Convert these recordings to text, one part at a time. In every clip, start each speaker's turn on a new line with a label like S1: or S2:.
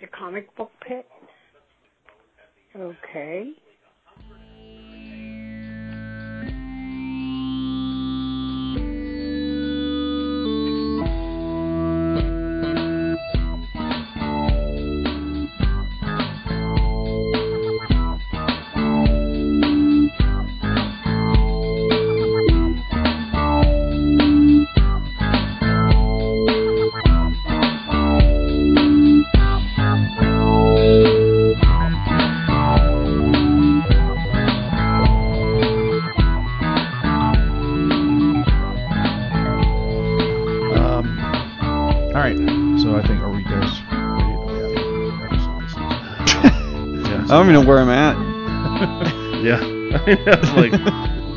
S1: The comic book pit? Okay.
S2: Um, all right. So I think are we guys ready?
S3: Yeah.
S2: I don't even know where I'm at.
S3: yeah. It's like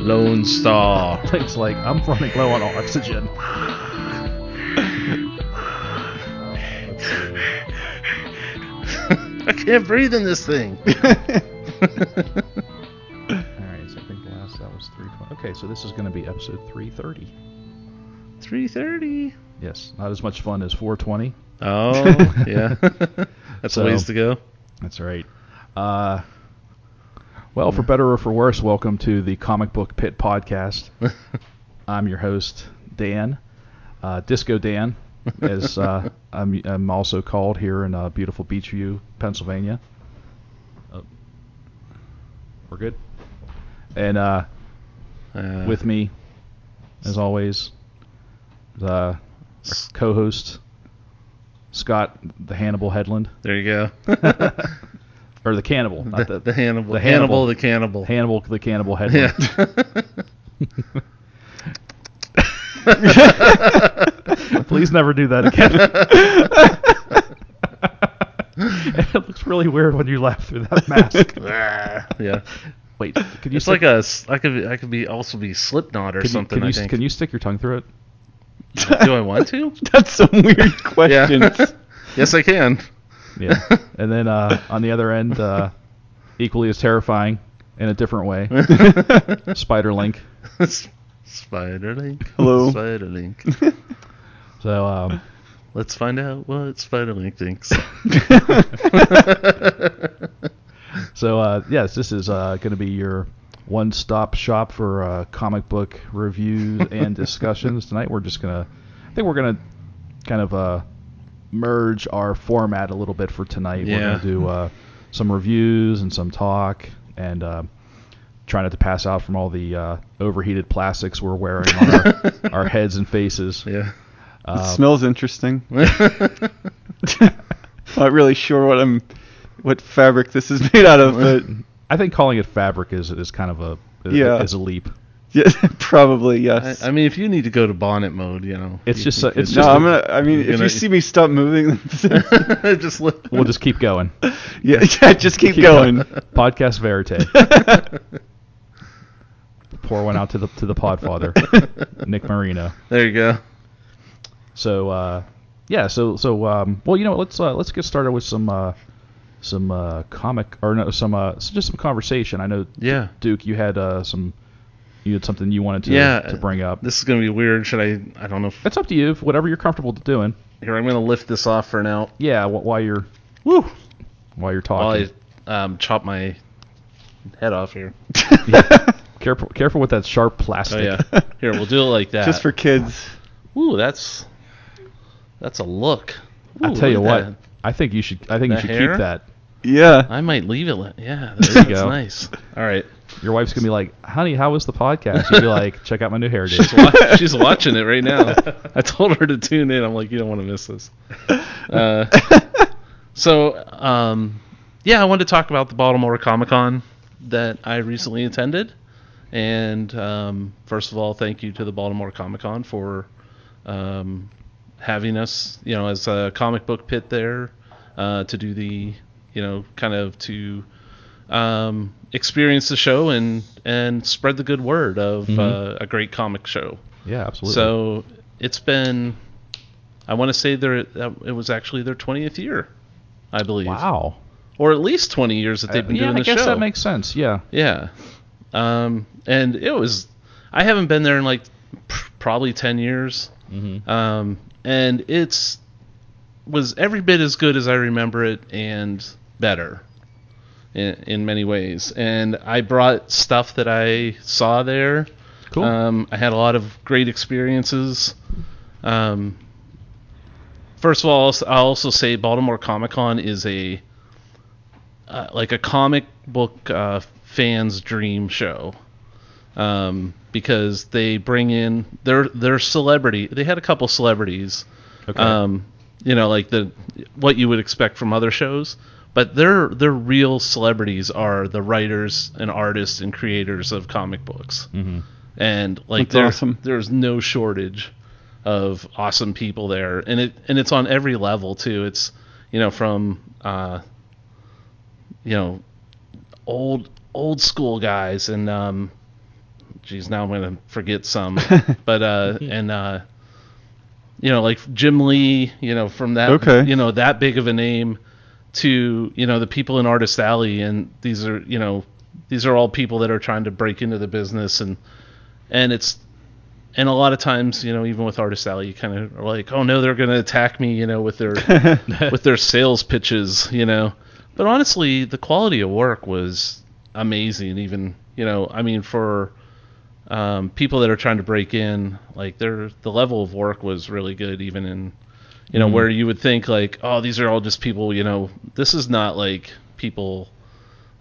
S3: Lone Star.
S2: It's like I'm running low on oxygen.
S3: I can't breathe in this thing.
S2: All right. So I think the last that was three. twen- Okay. So this is going to be episode 330.
S3: 3:30.
S2: Yes. Not as much fun as 420.
S3: Oh, yeah. That's
S2: So-
S3: a ways to go.
S2: That's right. Uh, well, for better or for worse, welcome to the Comic Book Pit Podcast. I'm your host, Dan, uh, Disco Dan, as uh, I'm, I'm also called here in uh, beautiful Beachview, Pennsylvania. Oh, we're good. And uh,
S3: Uh,
S2: with me, as always, the
S3: s-
S2: co-host Scott, the Hannibal Headland,
S3: There you go.
S2: or the Cannibal,
S3: The,
S2: not the,
S3: the Hannibal.
S2: the
S3: The Hannibal.
S2: Hannibal.
S3: The cannibal.
S2: Hannibal the Cannibal
S3: yeah.
S2: Headland. Please never do that again. it looks really weird when you laugh through that mask.
S3: yeah.
S2: Wait, could you
S3: It's
S2: stick,
S3: like a. s- I could. be- I could be also be Slipknot or
S2: could you-
S3: something.
S2: Can you,
S3: I
S2: s-
S3: think.
S2: can you stick your tongue through it?
S3: Do I want to?
S4: That's some weird
S3: yeah.
S4: questions.
S3: yes, I can.
S2: Yeah. and then uh, on the other end, uh, equally as terrifying in a different way, Spider Link.
S3: Spider Link.
S4: Hello.
S3: Spider Link.
S2: So um,
S3: Let's find out what Spider Link thinks.
S2: So uh, yes, this is uh, going to be your one-stop shop for uh, comic book reviews and discussions tonight. We're just gonna, I think we're gonna kind of uh, merge our format a little bit for tonight. We're
S3: Yeah.
S2: gonna do uh, some reviews and some talk and uh, try not to pass out from all the uh, overheated plastics we're wearing on our, our heads and faces. Uh,
S3: yeah.
S4: It
S3: Um,
S4: smells interesting. Not really sure what I'm, what fabric this is made out of, but
S2: I think calling it fabric is is kind of a
S4: Yeah.
S2: is a leap.
S4: yeah, probably
S3: I,
S4: yes.
S3: I mean, if you need to go to bonnet mode, you know.
S2: It's
S3: you-
S2: just
S3: you
S2: so- it's
S3: could-
S4: no,
S2: just a-
S4: I'm gonna. I mean,
S3: you're
S4: if
S3: gonna-
S4: you see me stop moving, then-
S3: just look.
S2: We'll just keep going.
S4: yeah, yeah, just keep, going.
S2: Podcast Verite. Pour one out to the to the Podfather, Nick Marino.
S3: There you go.
S2: So uh, yeah, so so um, well, you know, what, let's uh, let's get started with some uh, some uh, comic or no, some uh, s- just some conversation. I know
S3: Yeah.
S2: Duke, you had uh, some you had something you wanted to
S3: Yeah,
S2: to bring up.
S3: This is gonna be weird. Should I? I don't know. If,
S2: It's up to you, whatever you're comfortable doing.
S3: here, I'm gonna lift this off for now.
S2: Yeah, wh- while you're
S3: Woo!
S2: while you're
S3: While
S2: talking,
S3: I um, chop my head off here.
S2: careful careful with that sharp plastic.
S3: Oh yeah. Here, we'll do it like that.
S4: Just for kids.
S3: Ooh, that's that's a look.
S2: I
S3: Ooh,
S2: tell you
S3: look
S2: what,
S3: at that.
S2: I think you should I think you
S3: The
S2: should
S3: hair?
S2: keep that.
S4: Yeah.
S3: I might leave it. li- Yeah, there that's
S2: go.
S3: nice. All right.
S2: Your wife's gonna be like, "Honey, how was the podcast?" You'll be like, "Check out my new hairdo."
S3: She's, wa- she's watching it right now. I told her to tune in. I'm like, you don't want to miss this. Uh, so, um, yeah, I wanted to talk about the Baltimore Comic Con that I recently attended. And um, first of all, thank you to the Baltimore Comic Con for um, having us, you know, as a comic book pit there uh, to do the, you know, kind of to um, experience the show and and spread the good word of uh, a great comic show.
S2: Yeah, absolutely.
S3: So it's been, I want to say their that it was actually their 20th year, I believe,
S2: wow.
S3: or at least 20 years that they've been
S2: yeah,
S3: doing
S2: I
S3: the show.
S2: guess that makes sense. Yeah.
S3: Yeah. Um, and it was, I haven't been there in
S2: Mm-hmm.
S3: like p- probably 10 years. Um, and it's was every bit as good as I remember it and better in, in many ways. And I brought stuff that I saw there.
S2: Cool.
S3: Um, I had a lot of great experiences. Um, first of all, I'll s- I'll also say Baltimore Comic Con is a uh, like a comic book uh, fans' dream show um, because they bring in their their celebrity. They had a couple celebrities,
S2: okay.
S3: um, you know, like the what you would expect from other shows. But their their real celebrities are the writers and artists and creators of comic books
S2: hmm
S3: and like
S4: Mm-hmm. That's
S3: there,
S4: awesome.
S3: there's no shortage of awesome people there and it and it's on every level too it's you know from uh you know old old school guys and um geez now i'm gonna forget some but uh and uh you know like jim lee you know from that
S4: Okay.
S3: you know that big of a name to you know the people in artist alley and these are you know these are all people that are trying to break into the business and and it's and a lot of times you know even with artist alley you kind of are like oh no they're going to attack me you know with their with their sales pitches you know but honestly the quality of work was amazing even you know i mean for um, people that are trying to break in like their the level of work was really good even in you know
S2: Mhm.
S3: where you would think like oh these are all just people you know this is not like people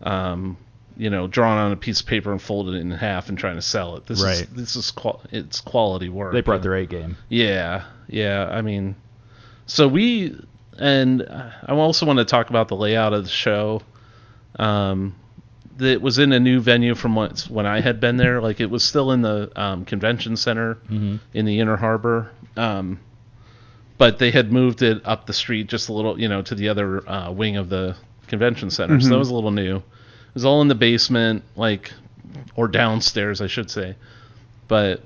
S3: um, you know, drawn on a piece of paper and folded it in half and trying to sell it. This is
S2: Right.
S3: this is qual- it's quality work.
S2: They brought their A game.
S3: yeah, yeah. I mean, so we and uh, I also want to talk about the layout of the show. Um, that was in a new venue from once when I had been there. Like it was still in the um, convention center
S2: Mm-hmm.
S3: in the Inner Harbor. Um, but they had moved it up the street just a little, you know, to the other uh, wing of the convention center. So that
S4: Mhm.
S3: was a little new. It was all in the basement, like, or downstairs, I should say. But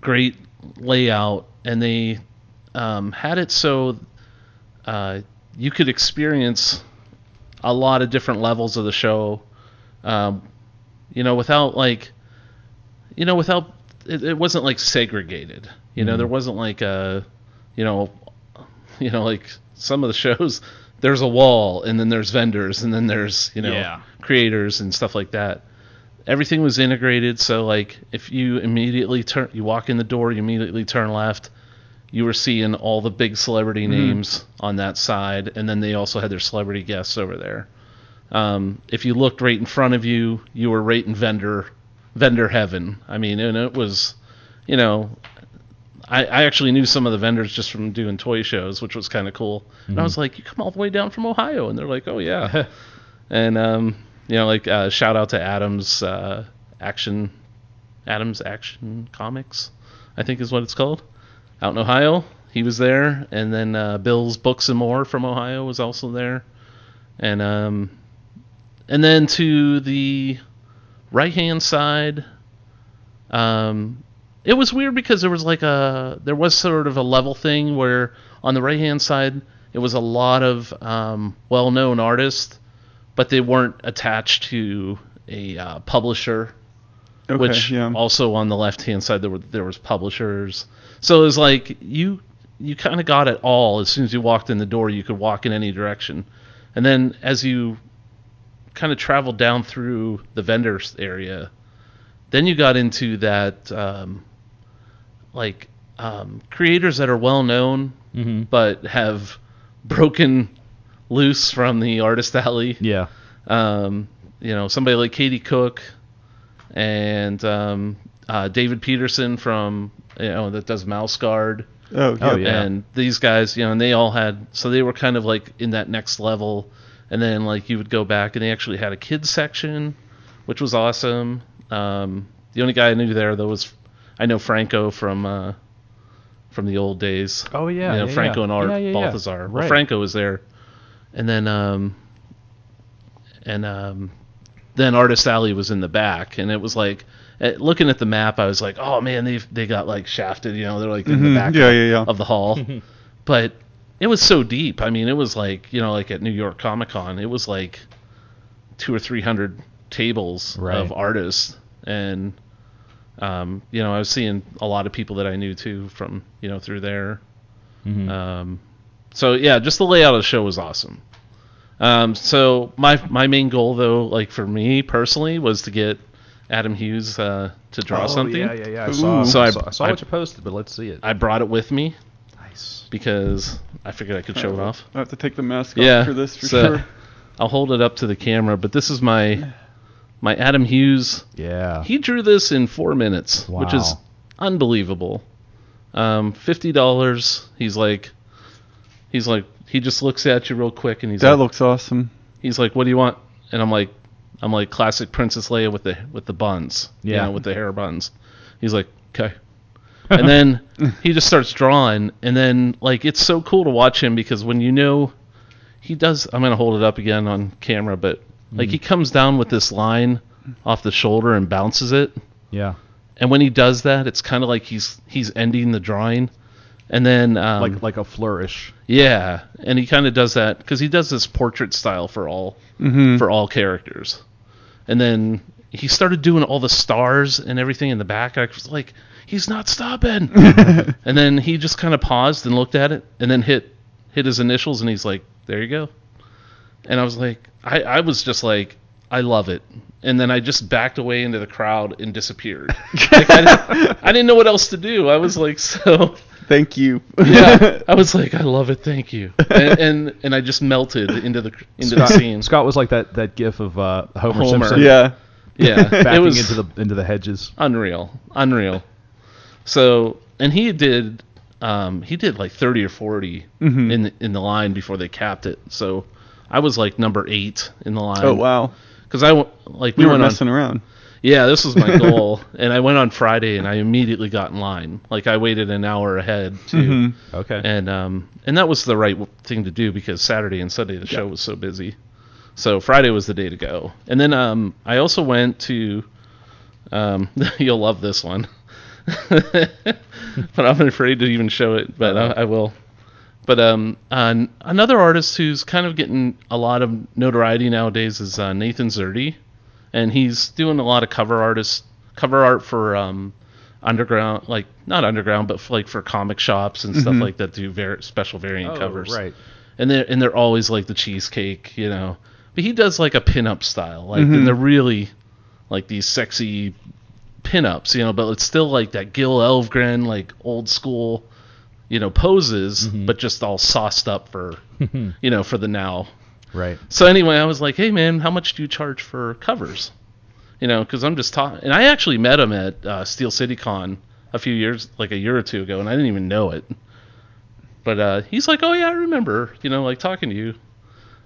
S3: great layout. And they um, had it so uh, you could experience a lot of different levels of the show, um, you know, without like, you know, without it, it wasn't like segregated. You know,
S2: Mhm.
S3: there wasn't like a, you know, you know, like some of the shows. There's a wall, and then there's vendors, and then there's you know
S2: Yeah.
S3: creators and stuff like that. Everything was integrated, so like if you immediately turn, you walk in the door, you immediately turn left, you were seeing all the big celebrity names on that side, and then they also had their celebrity guests over there. Um, if you looked right in front of you, you were right in vendor vendor heaven. I mean, and it was, you know, I, I actually knew some of the vendors just from doing toy shows, which was kind of cool. And I was like, "You come all the way down from Ohio?" And they're like, "Oh yeah." and um, you know, like uh, shout out to Adams uh, Action, Adams Action Comics, I think is what it's called, out in Ohio. He was there, and then uh, Bill's Books and More from Ohio was also there, and um, and then to the right hand side, um, it was weird because there was like a there was sort of a level thing where on the right hand side it was a lot of um, well known artists, but they weren't attached to a uh, publisher.
S4: Okay,
S3: which uh,
S4: yeah.
S3: also on the left hand side there were there was publishers. So it was like you you kind of got it all as soon as you walked in the door. You could walk in any direction, and then as you kind of traveled down through the vendors area, then you got into that um, like um, creators that are well known
S2: Mm-hmm.
S3: but have broken loose from the artist alley.
S2: Yeah.
S3: Um, you know, somebody like Katie Cook and um, uh, David Peterson from you know that does Mouse Guard
S4: oh,
S2: Oh,
S4: yeah.
S2: yeah.
S3: and these guys, you know, and they all had so they were kind of like in that next level, and then like you would go back and they actually had a kids section, which was awesome. Um, the only guy I knew there though was I know Franco from uh, from the old days.
S2: Oh yeah.
S3: you know,
S2: yeah,
S3: Franco
S2: yeah.
S3: and Art
S2: Yeah, yeah, yeah.
S3: Balthazar. Well,
S2: Right.
S3: Franco was there, and then um, and um, then Artist Alley was in the back, and it was like. eh, Looking at the map, I was like, "Oh man, they they got like shafted, you know? They're like in
S4: Mhm,
S3: the back Oh.
S4: yeah, yeah, yeah.
S3: of the hall. but it was so deep. I mean, it was like, you know, like at New York Comic Con, it was like two or 300 tables
S2: Right.
S3: of artists. And, um, you know, I was seeing a lot of people that I knew too from, you know, through there.
S2: Mhm.
S3: Um, So yeah, just the layout of the show was awesome. Um, so my my main goal though, like for me personally, was to get Adam Hughes uh, to draw
S2: Oh,
S3: something.
S2: Yeah, yeah, yeah. I
S4: Ooh.
S2: saw,
S3: So
S2: I
S3: I-
S2: saw, I saw
S3: I-
S2: what you posted, but let's see it.
S3: I brought it with me
S2: nice.
S3: because I figured I could show it off.
S4: I have to take the mask
S3: Yeah,
S4: off for this for
S3: so-
S4: sure.
S3: I'll hold it up to the camera, but this is my my Adam Hughes.
S2: Yeah.
S3: He drew this in four minutes, which is
S2: Wow.
S3: unbelievable. Um, Fifty dollars. He's like, he's like, he just looks at you real quick, and he's
S4: That
S3: like,
S4: looks awesome.
S3: he's like, "What do you want?" And I'm like, "I'm like classic Princess Leia with the with the buns, you
S2: Yeah.
S3: know, with the hair buns." He's like, "Okay," and then he just starts drawing, and then like it's so cool to watch him because when you know he does, I'm gonna hold it up again on camera, but like
S2: Mm-hmm.
S3: he comes down with this line off the shoulder and bounces it,
S2: Yeah.
S3: and when he does that, it's kind of like he's he's ending the drawing. And then, um,
S2: Like like a flourish.
S3: yeah, and he kind of does that because he does this portrait style for all
S4: Mm-hmm.
S3: for all characters. And then he started doing all the stars and everything in the back. I was like, he's not stopping. and then he just kind of paused and looked at it and then hit hit his initials and he's like, there you go. And I was like, I, I was just like, I love it. And then I just backed away into the crowd and disappeared. Like, I, didn't, I didn't know what else to do. I was like, so
S4: Thank you.
S3: yeah. I was like, I love it. Thank you. And and, and I just melted into the into the
S2: Scott,
S3: scene.
S2: Scott was like that that gif of uh, Homer,
S3: Homer.
S2: Simpson
S4: yeah.
S3: Yeah,
S2: backing
S3: it was
S2: into the into the hedges.
S3: unreal, unreal. So, and he did, um, he did like thirty or 40 in the, in the line before they capped it. So, I was like number eight in the line.
S4: Oh wow.
S3: Because I w- like we
S4: We were
S3: went on.
S4: messing around.
S3: Yeah, this was my goal, and I went on Friday, and I immediately got in line. Like I waited an hour ahead too,
S2: Okay.
S3: and um, and that was the right w- thing to do because Saturday and Sunday the show was so busy. So Friday was the day to go, and then um, I also went to. Um, you'll love this one, but I'm afraid to even show it. But I, I will. But um, an, another artist who's kind of getting a lot of notoriety nowadays is uh, Nathan Zerdy, and he's doing a lot of cover artists, cover art for um, underground, like not underground, but for, like for comic shops and stuff like that do very special variant
S2: Oh,
S3: covers
S2: Right.
S3: and they're and they're always like the cheesecake, you know. But he does like a pinup style, like and they're really like these sexy pinups, you know. But it's still like that Gil Elfgren, like old school, you know, poses, but just all sauced up for, you know, for the now.
S2: Right.
S3: So anyway, I was like, hey man, how much do you charge for covers? You know, because I'm just talking, and I actually met him at uh, Steel City Con a few years, like a year or two ago, and I didn't even know it. But uh, he's like, oh yeah, I remember, you know, like talking to you.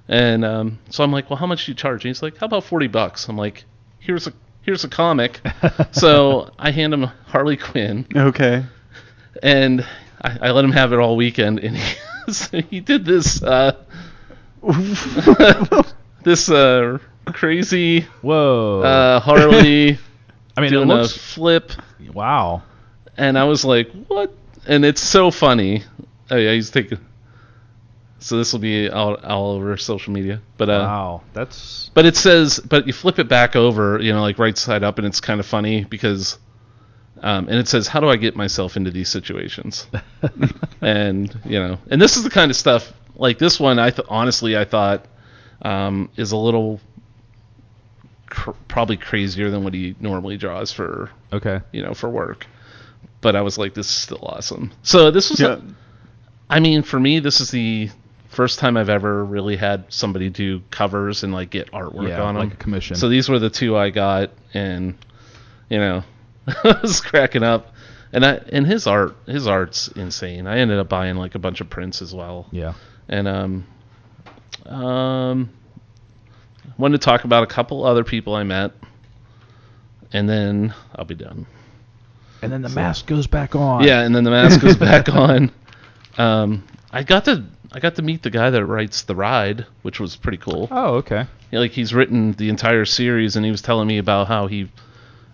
S3: And um, so I'm like, well, how much do you charge? And he's like, how about forty bucks? I'm like, here's a here's a comic. so I hand him Harley Quinn,
S4: Okay.
S3: and I, I let him have it all weekend, and he, so he did this uh, this uh, crazy
S2: Whoa.
S3: uh, Harley
S2: I mean, it
S3: doing a
S2: looks
S3: flip,
S2: wow.
S3: and I was like, "What?" And it's so funny. Oh yeah, he's taking. So this will be all, all over social media, but uh,
S2: Wow. That's
S3: but it says, but you flip it back over, you know, like right side up, and it's kind of funny because, um, and it says, how do I get myself into these situations? and you know, and this is the kind of stuff like this one. I th- honestly, I thought um, is a little cr- probably crazier than what he normally draws for
S2: okay.
S3: you know for work. But I was like, this is still awesome. So this was,
S4: Yeah.
S3: I mean, for me, this is the first time I've ever really had somebody do covers and like get artwork
S2: Yeah,
S3: on them.
S2: like a commission.
S3: So these were the two I got, and you know, I was cracking up. And I and his art, his art's insane. I ended up buying like a bunch of prints as well,
S2: Yeah.
S3: and um, um, wanted to talk about a couple other people I met, and then I'll be done.
S2: And then the mask goes back on.
S3: Yeah, and then the mask was back on. Um, I got to I got to meet the guy that writes the ride, which was pretty cool.
S2: Oh, okay.
S3: Yeah, Like he's written the entire series, and he was telling me about how he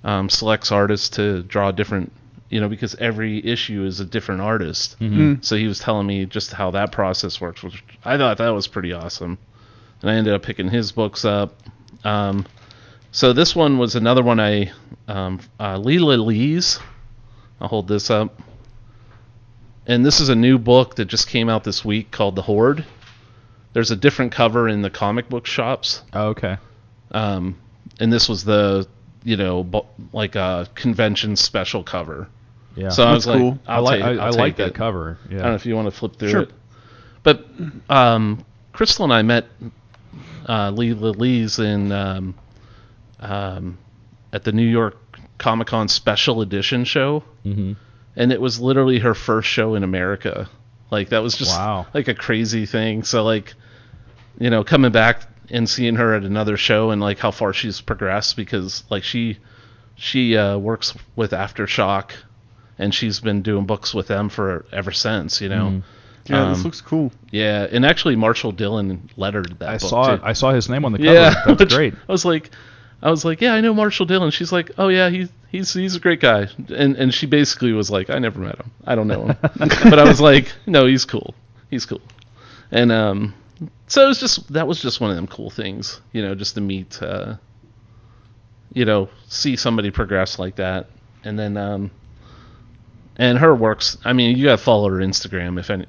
S3: um, selects artists to draw different, you know, because every issue is a different artist. So he was telling me just how that process works, which I thought that was pretty awesome. And I ended up picking his books up. Um, so this one was another one I um, uh, Leela Lees. I'll hold this up. And this is a new book that just came out this week called The Horde. There's a different cover in the comic book shops.
S2: Oh, okay.
S3: Um, and this was the, you know, bu- like a convention special cover.
S2: Yeah.
S3: So I was
S4: That's
S3: like,
S4: cool.
S2: I
S3: I'll
S2: like
S3: take-
S2: I,
S3: I'll
S2: I like
S3: take
S2: that
S3: it.
S2: cover. Yeah.
S3: I don't know if you want to flip through
S4: Sure.
S3: it. But um, Crystal and I met uh, Lee Lees in um, um, at the New York Comic Con Special Edition show,
S2: mm-hmm.
S3: and it was literally her first show in America. Like that was just
S2: Wow.
S3: like a crazy thing. So like, you know, coming back and seeing her at another show and like how far she's progressed because like she she uh, works with Aftershock, and she's been doing books with them for ever since. You know.
S2: Mhm.
S4: Yeah, this
S3: Um,
S4: looks cool.
S3: Yeah, and actually Marshall Dillon lettered that.
S2: I
S3: book
S2: saw
S3: too.
S2: it. I saw his name on the cover.
S3: yeah,
S2: That's
S3: which-
S2: great.
S3: I was like, I was like, yeah, I know Marshall Dillon. She's like, oh yeah, he's he's he's a great guy, and and she basically was like, I never met him, I don't know him, but I was like, no, he's cool, he's cool, and um, so it was just that was just one of them cool things, you know, just to meet, uh, you know, see somebody progress like that, and then um, and her works. I mean, you gotta follow her Instagram if any,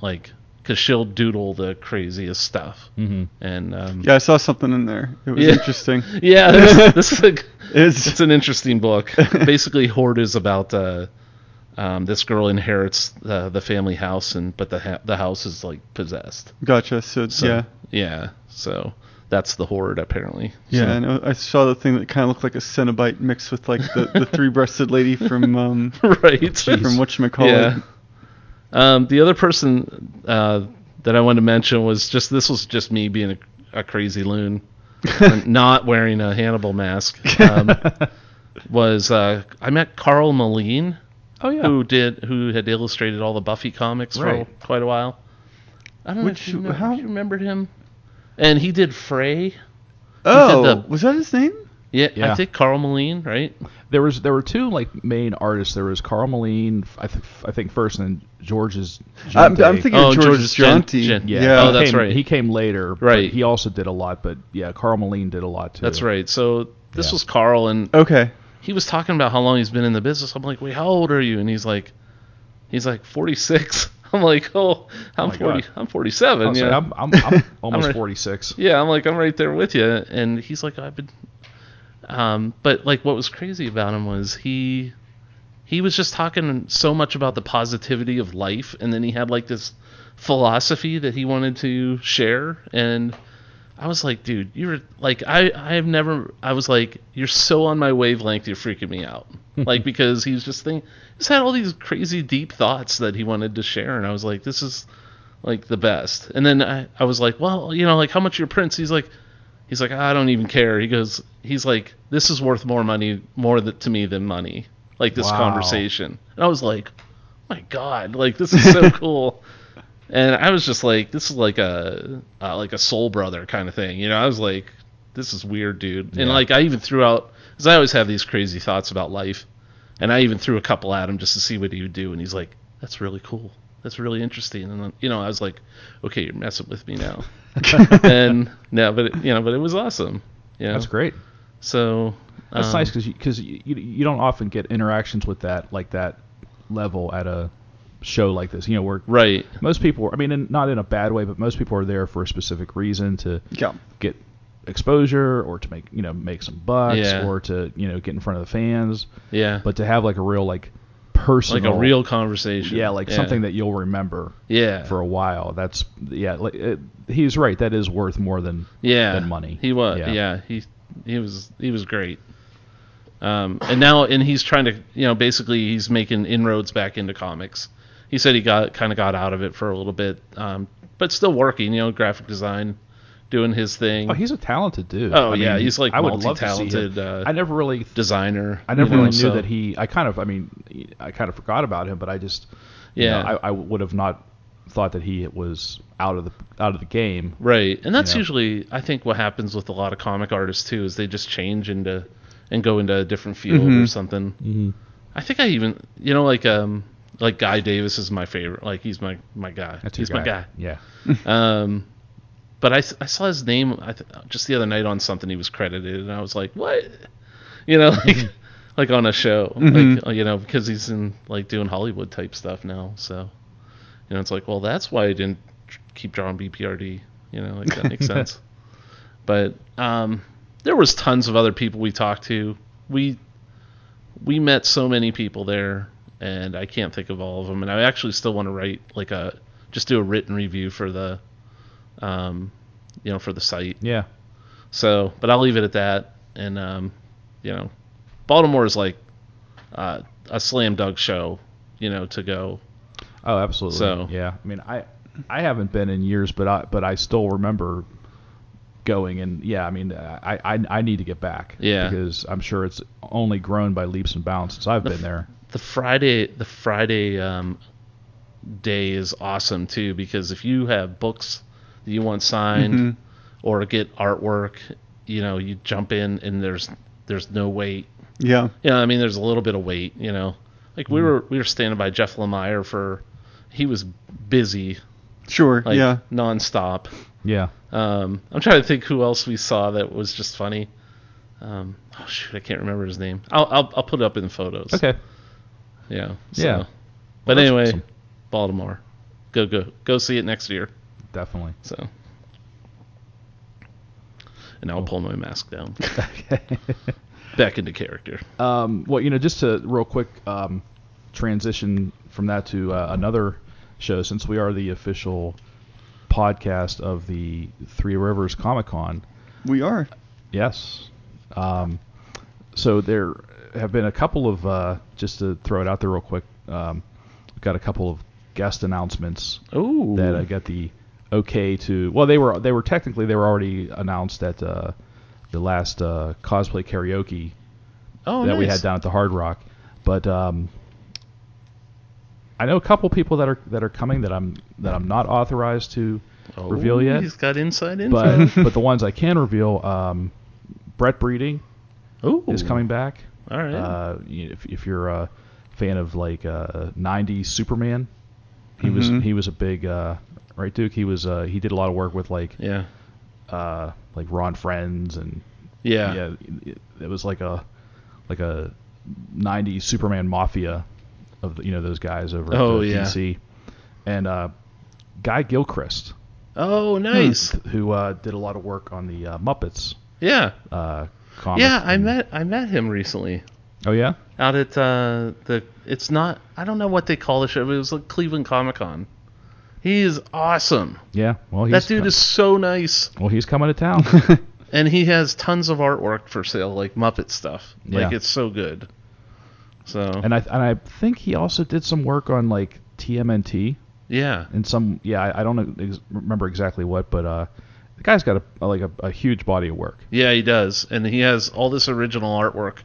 S3: like, cause she'll doodle the craziest stuff,
S2: Mm-hmm.
S3: and um,
S4: Yeah, I saw something in there. It was
S3: Yeah.
S4: interesting.
S3: yeah, this, this is a,
S4: It's
S3: it's an interesting book. Basically, Horde is about uh, um, this girl inherits uh, the family house, and but the ha- the house is like possessed.
S4: gotcha. So, it's
S3: So,
S4: yeah,
S3: yeah. So that's the Horde apparently.
S4: yeah. I, know, uh, I saw the thing that kind of looked like a Cenobite mixed with like the, the three-breasted lady from um
S3: right.
S4: from what you call
S3: yeah. Um, the other person uh, that I wanted to mention was just this was just me being a, a crazy loon, and not wearing a Hannibal mask. Um, was uh, I met Carl Moline.
S2: Oh yeah.
S3: who did who had illustrated all the Buffy comics
S2: Right.
S3: for quite a while. I don't know
S4: Which-
S3: if you, know,
S4: how-
S3: if you remembered him. And he did Frey.
S4: Oh,
S3: the-
S4: was that his name?
S3: Yeah,
S2: Yeah.
S3: I think Carl Moline, right?
S2: There was there were two like main artists. There was Carl Moline, I, th- I think first, and George's.
S4: I'm, I'm
S2: Gente.
S4: thinking
S3: Oh,
S4: of George
S3: George's Gen-
S4: Jonti.
S3: Gen-
S2: Yeah.
S4: yeah.
S3: Oh,
S2: he
S3: that's
S2: came-
S3: right.
S2: He came later. but
S3: Right.
S2: He also did a lot, but yeah, Carl Moline did a lot too.
S3: That's right. So this
S2: Yeah.
S3: was Carl, and
S4: Okay.
S3: he was talking about how long he's been in the business. I'm like, wait, how old are you? And he's like, he's like 46. I'm like, oh, I'm
S2: my
S3: 40.
S2: God.
S3: I'm
S2: I
S3: 47.
S2: was
S3: you
S2: like,
S3: know?
S2: Oh, I'm, I'm, I'm almost
S3: right.
S2: 46.
S3: Yeah, I'm like, I'm right there with you. And he's like, I've been. Um, but like, what was crazy about him was he, he was just talking so much about the positivity of life, and then he had like this philosophy that he wanted to share. And I was like, dude, you're like, I, I have never. I was like, you're so on my wavelength. You're freaking me out. like because he was just thinking, he's had all these crazy deep thoughts that he wanted to share, and I was like, this is like the best. And then I, I was like, well, you know, like how much your prints? He's like, he's like, I don't even care. He goes, he's like, this is worth more money, more th- to me than money. Like this
S2: Wow.
S3: conversation. And I was like, my God, like this is so cool. And I was just like, this is like a uh, like a soul brother kind of thing. You know, I was like, this is weird, dude. And
S2: Yeah.
S3: like I even threw out because I always have these crazy thoughts about life. And I even threw a couple at him just to see what he would do. And he's like, that's really cool. That's really interesting. And, then, you know, I was like, okay, you're messing with me now. and no, but, it, you know, but it was awesome. Yeah.
S2: That's great.
S3: So
S2: That's
S3: um,
S2: nice because because you, you you don't often get interactions with that like that level at a show like this. You know, where
S3: Right.
S2: most people, I mean, in, not in a bad way, but most people are there for a specific reason to
S4: Yeah.
S2: get exposure or to make you know make some bucks
S3: Yeah.
S2: or to you know get in front of the fans.
S3: Yeah.
S2: But to have like a real like personal
S3: like a real conversation.
S2: yeah like something that you'll remember
S3: yeah
S2: for a while. That's yeah. Like, it, he's right. That is worth more than
S3: yeah
S2: than money.
S3: He was
S2: Yeah.
S3: yeah. he he was he was great. Um, and now and he's trying to you know basically he's making inroads back into comics. He said he got kind of got out of it for a little bit, um, but still working. You know, graphic design, doing his thing.
S2: Oh, he's a talented dude.
S3: Oh, yeah, he's, like,
S2: I would love to see him.
S3: multi-talented, uh,
S2: I never really,
S3: designer.
S2: I never
S3: you know,
S2: really knew
S3: so-
S2: that he. I kind of, I mean, I kind of forgot about him, but I just, you
S3: Yeah.
S2: know, I, I would have not thought that he was out of the out of the game.
S3: Right, and that's
S2: Yeah.
S3: usually I think what happens with a lot of comic artists too is they just change into and go into a different field or something.
S2: Mm-hmm.
S3: I think I even you know like um like Guy Davis is my favorite. Like he's my my guy.
S2: That's your
S3: he's my guy.
S2: Yeah.
S3: Um, but I, s- I saw his name I th- just the other night on something he was credited, and I was like, what? You know, like like on a show,
S4: Mhm.
S3: like uh, you know, because he's in like doing Hollywood type stuff now. So, you know, it's like, well, that's why I didn't tr- keep drawing BPRD. You know, like that makes sense. But um, there was tons of other people we talked to. We we met so many people there, and I can't think of all of them. And I actually still want to write like a just do a written review for the, um, you know, for the site.
S2: Yeah.
S3: So, but I'll leave it at that. And um, you know, Baltimore is like uh, a slam dunk show, you know, to go.
S2: Oh, absolutely.
S3: So-
S2: yeah, I mean, I I haven't been in years, but I but I still remember going and yeah, I mean, I I, I need to get back.
S3: Yeah.
S2: Because I'm sure it's only grown by leaps and bounds since I've been there.
S3: The Friday, the Friday um, day is awesome too because if you have books that you want signed
S4: Mhm.
S3: or get artwork, you know, you jump in and there's there's no wait.
S4: Yeah.
S3: Yeah, I mean, there's a little bit of wait, you know. Like we were we were standing by Jeff Lemire for, he was busy
S4: Sure.
S3: like
S4: yeah.
S3: nonstop.
S2: Yeah.
S3: Um, I'm trying to think who else we saw that was just funny. Um, oh shoot, I can't remember his name. I'll I'll, I'll put it up in the photos.
S2: Okay.
S3: Yeah.
S2: Yeah.
S3: But
S2: that's
S3: anyway,
S2: awesome.
S3: Baltimore, go go go see it next year.
S2: Definitely.
S3: So. And I'll pull my mask down, back into character.
S2: Um, well, you know, just to real quick um, transition from that to uh, another show, since we are the official podcast of the Three Rivers Comic Con.
S4: We are.
S2: Yes. Um, so there have been a couple of uh, just to throw it out there real quick. Um, we've got a couple of guest announcements
S3: Oh.
S2: that I got the okay to. Well, they were they were technically they were already announced at uh, the last uh, cosplay karaoke
S3: oh,
S2: that we
S3: nice.
S2: had down at the Hard Rock. But um, I know a couple people that are that are coming that I'm that I'm not authorized to
S3: Oh,
S2: reveal yet.
S3: He's got inside info.
S2: But but the ones I can reveal, um, Brett Breeding
S3: oh,
S2: is coming back.
S3: All right.
S2: Uh, you if, if you're a fan of like uh, '90s Superman, he was
S3: Mm-hmm.
S4: Mhm.
S2: he was a big uh, right Duke. He was uh, he did a lot of work with like
S3: yeah.
S2: uh, like Ron Friends and
S3: Yeah.
S2: yeah it, it was like a like a 90s superman mafia of the, you know those guys over
S3: Oh,
S2: at the
S3: yeah.
S2: dc and uh, guy gilchrist
S3: Oh,
S2: Hmm.
S3: nice.
S2: who uh, did a lot of work on the uh, muppets
S3: Yeah.
S2: uh, comic
S3: Yeah, I
S2: and-
S3: met I met him recently
S2: oh yeah
S3: out at uh, the. It's not. I don't know what they call the show. But it was like Cleveland Comic Con. He is awesome.
S2: yeah well he's
S3: that dude
S2: com-
S3: is so nice,
S2: well he's coming to town
S3: and he has tons of artwork for sale, like Muppet stuff. Like
S2: Yeah.
S3: it's so good. So
S2: and i and i think he also did some work on like tmnt
S3: yeah,
S2: and some yeah i, I don't ex- remember exactly what but uh the guy's got a like a, a huge body of work
S3: yeah, he does, and he has all this original artwork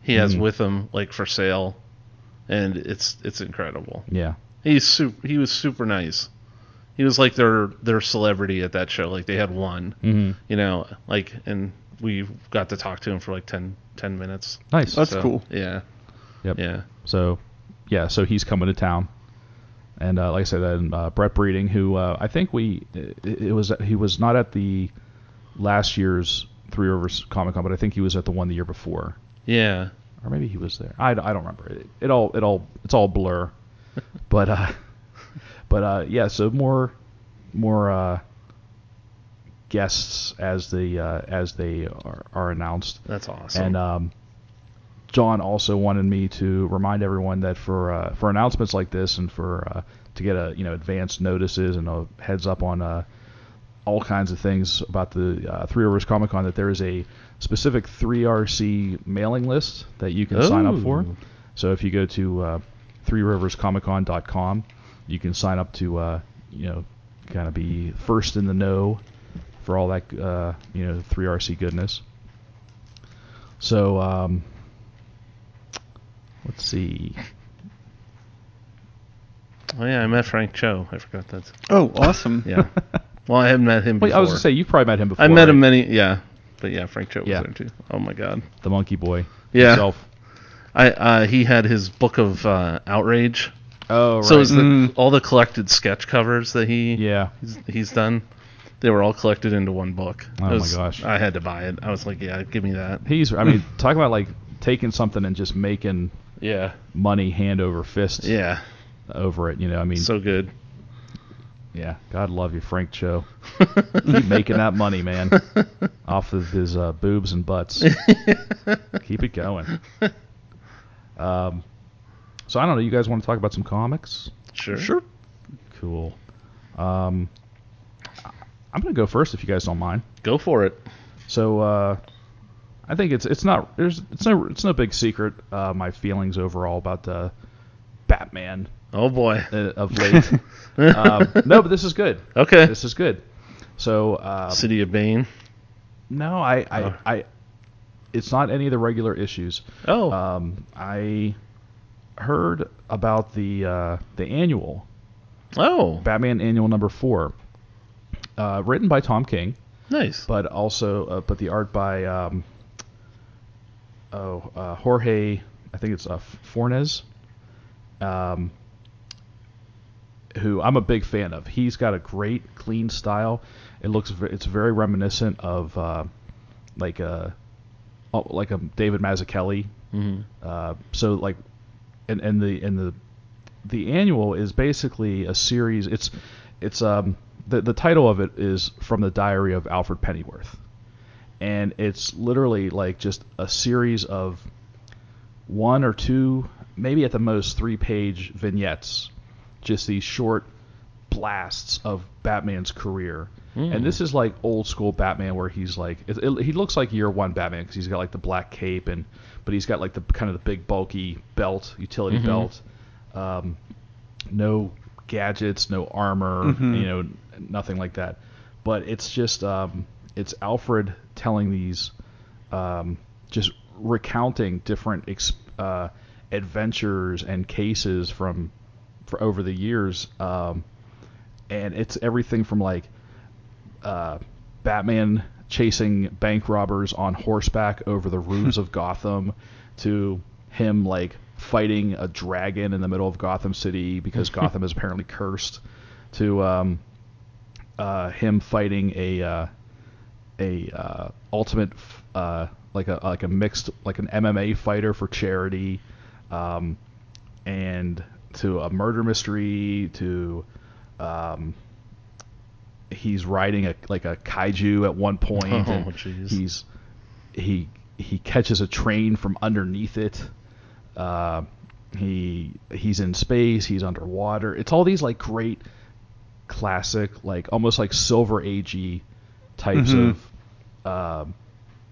S3: he has
S2: Mhm.
S3: with him, like for sale, and it's it's incredible.
S2: yeah
S3: He's super. He was super nice. He was like their their celebrity at that show. Like they had one,
S2: mm-hmm.
S3: you know, like and we got to talk to him for like 10, 10 minutes.
S2: nice
S4: That's cool.
S3: Yeah.
S2: Yep.
S3: Yeah.
S2: So, yeah, so he's coming to town, and uh, like I said, then uh, Brett Breeding, who uh, I think we it, it was he was not at the last year's Three Rivers Comic Con, but I think he was at the one the year before,
S3: Yeah.
S2: or maybe he was there. I, I don't remember. It, it all it all it's all blur, but uh, but uh, yeah, so more more uh, guests as the uh, as they are, are announced.
S3: That's awesome.
S2: And um, John also wanted me to remind everyone that for uh, for announcements like this and for uh, to get a you know advance notices and a heads up on uh, all kinds of things about the uh, Three Rivers Comic Con that there is a specific 3RC mailing list that you can sign up for.
S3: Oh.
S2: So if you go to uh, threeriverscomiccon.com, you can sign up to uh, you know kind of be first in the know for all that uh, you know 3RC goodness. So um, let's see.
S3: oh yeah, I met Frank Cho. I forgot that.
S4: Oh, awesome.
S3: Yeah. well, I haven't met him before.
S2: Wait, I was gonna say you've probably met him before.
S3: I met him
S2: right?
S3: many. Yeah. But yeah, Frank Cho was
S2: Yeah.
S3: there too. Oh my God.
S2: the Monkey Boy.
S3: Yeah.
S2: Himself.
S3: I uh, he had his book of uh, outrage.
S2: Oh right.
S3: So it was the,
S4: Mm.
S3: all the collected sketch covers that he
S2: yeah.
S3: he's, he's done. They were all collected into one book.
S2: Oh
S3: It
S2: my
S3: was-
S2: gosh.
S3: I had to buy it. I was like, yeah, give me that.
S2: He's. I mean, talking about like taking something and just making
S3: Yeah.
S2: money hand over fist
S3: Yeah.
S2: over it. You know, I mean,
S3: So good.
S2: yeah, God love you, Frank Cho. Keep making that money, man, off of his uh, boobs and butts. Keep it going. Um, so I don't know. You guys want to talk about some comics?
S3: Sure.
S4: Sure.
S2: Cool. Um, I- I'm gonna go first if you guys don't mind.
S3: Go for it.
S2: So uh, I think it's it's not there's it's no it's no big secret uh, my feelings overall about uh, Batman
S3: Oh boy.
S2: uh, of late. um, no, but this is good.
S3: Okay.
S2: This is good. So uh,
S3: City of Bane.
S2: no, I I,
S3: Oh.
S2: I it's not any of the regular issues.
S3: Oh.
S2: Um, I heard about the uh, the annual
S3: oh.
S2: Batman annual number four, uh, written by Tom King.
S3: Nice.
S2: but also uh, but the art by um, oh uh, Jorge, I think it's uh, Fornes, um, who I'm a big fan of. He's got a great clean style. It looks ve- it's very reminiscent of uh, like a oh, like a David Mazzucchelli.
S3: Mhm.
S2: Uh, so like and and the and the the annual is basically a series. It's it's um the the title of it is from the Diary of Alfred Pennyworth, and it's literally like just a series of one or two, maybe at the most three page vignettes, just these short blasts of Batman's career. And this is like old school Batman, where he's like, it, it- he looks like year one Batman because he's got like the black cape and, but he's got like the kind of the big bulky belt, utility belt, um, no gadgets, no armor, you know, nothing like that. But it's just, um, it's Alfred telling these um, just recounting different ex- uh, adventures and cases from for over the years, um, and it's everything from like uh, Batman chasing bank robbers on horseback over the roofs of Gotham to him like fighting a dragon in the middle of Gotham City because Gotham is apparently cursed to um, uh, him fighting a uh, a uh, ultimate f- uh, like a like a mixed like an MMA fighter for charity, um, and to a murder mystery to um, he's riding a like a kaiju at one point.
S3: Oh,
S2: and
S3: jeez.
S2: he's he he catches a train from underneath it. Uh, he he's in space. He's underwater. It's all these like great classic, like almost like silver agey types
S4: Mhm.
S2: of um,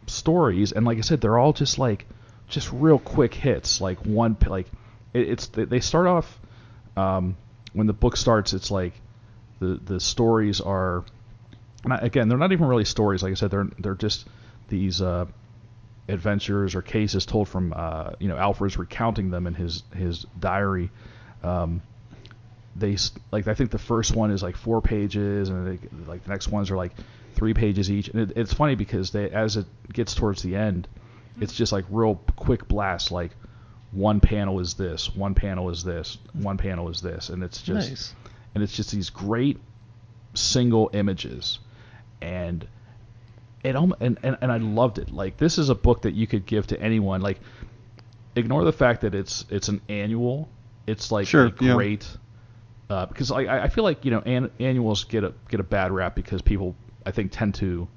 S2: stories, and like I said, they're all just like just real quick hits. Like one, p- like it, it's they- they start off um, when the book starts. It's like the the stories are, and I- again, they're not even really stories. Like I said, they're they're just these uh, adventures or cases told from uh, you know Alfred's recounting them in his his diary. Um, they s- like I think the first one is like four pages, and they, like the next ones are like three pages each. And it, it's funny because they as it gets towards the end, it's just like real quick blast. Like one panel is this, one panel is this, one panel is this, and it's just
S3: nice.
S2: and it's just these great single images and it almost, and, and and I loved it like this is a book that you could give to anyone like ignore the fact that it's it's an annual it's like
S4: Sure,
S2: a
S4: yeah.
S2: great uh, because like, I I feel like you know an, annuals get a get a bad rap because people I think tend to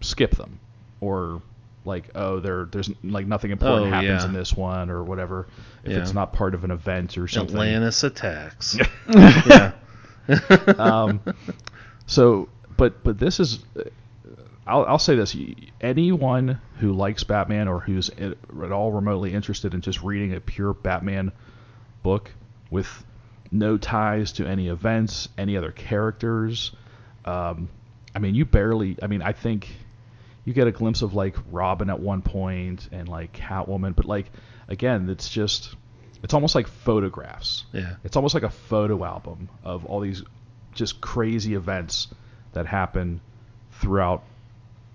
S2: skip them or like oh there there's like nothing important
S3: Oh,
S2: happens
S3: yeah.
S2: in this one or whatever if
S3: Yeah.
S2: it's not part of an event or something
S3: Atlantis attacks. yeah.
S2: um, so, but but this is, I'll, I'll say this: anyone who likes Batman or who's at at all remotely interested in just reading a pure Batman book with no ties to any events, any other characters, um, I mean, you barely. I mean, I think you get a glimpse of like Robin at one point and like Catwoman, but like again, it's just. It's almost like photographs
S3: Yeah.
S2: it's almost like a photo album of all these just crazy events that happen throughout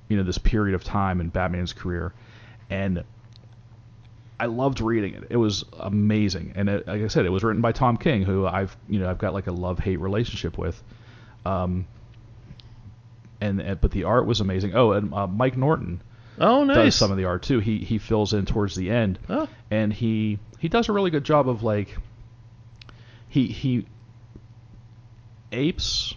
S2: you know this period of time in Batman's career and I loved reading it. It was amazing. And it, like I said, it was written by Tom King who I've you know I've got like a love-hate relationship with um and, and but the art was amazing. Oh, and uh, Mike Norton
S3: Oh,
S2: does
S3: nice.
S2: some of the art too. He he fills in towards the end,
S3: Oh,
S2: and he he does a really good job of like he he apes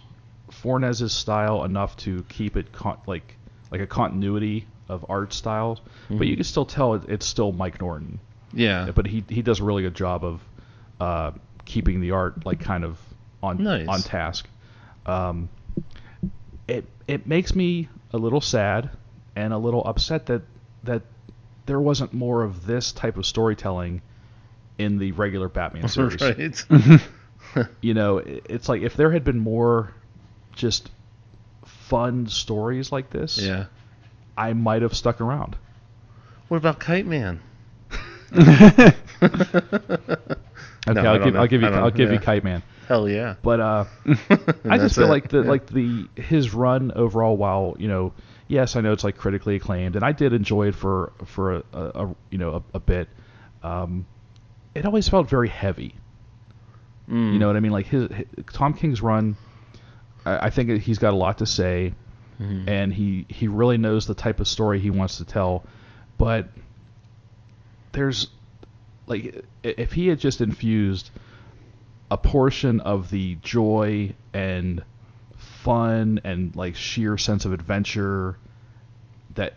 S2: Fornes's style enough to keep it con- like like a continuity of art styles, but you can still tell it, it's still Mike Norton.
S3: yeah.
S2: But he he does a really good job of uh, keeping the art like kind of on
S3: Nice.
S2: on task. Um, it it makes me a little sad and a little upset that that there wasn't more of this type of storytelling in the regular Batman series.
S3: right.
S2: You know, i- it's like if there had been more just fun stories like this,
S3: yeah.
S2: I might have stuck around.
S3: What about Kite Man?
S2: Okay,
S3: No, I
S2: I'll,
S3: don't
S2: give,
S3: know.
S2: I'll give you
S3: I don't-
S2: I'll give you
S3: yeah.
S2: Kite Man.
S3: Hell yeah.
S2: But uh, I just
S3: that's
S2: feel
S3: it.
S2: like the
S3: Yeah.
S2: like the his run overall, while you know, yes, I know it's like critically acclaimed, and I did enjoy it for for a, a, a you know a, a bit. Um, it always felt very heavy.
S3: Mm.
S2: You know what I mean? Like his, hi Tom King's run, I, I think he's got a lot to say, and he he really knows the type of story he wants to tell, but there's like i- if he had just infused a portion of the joy and fun and like sheer sense of adventure that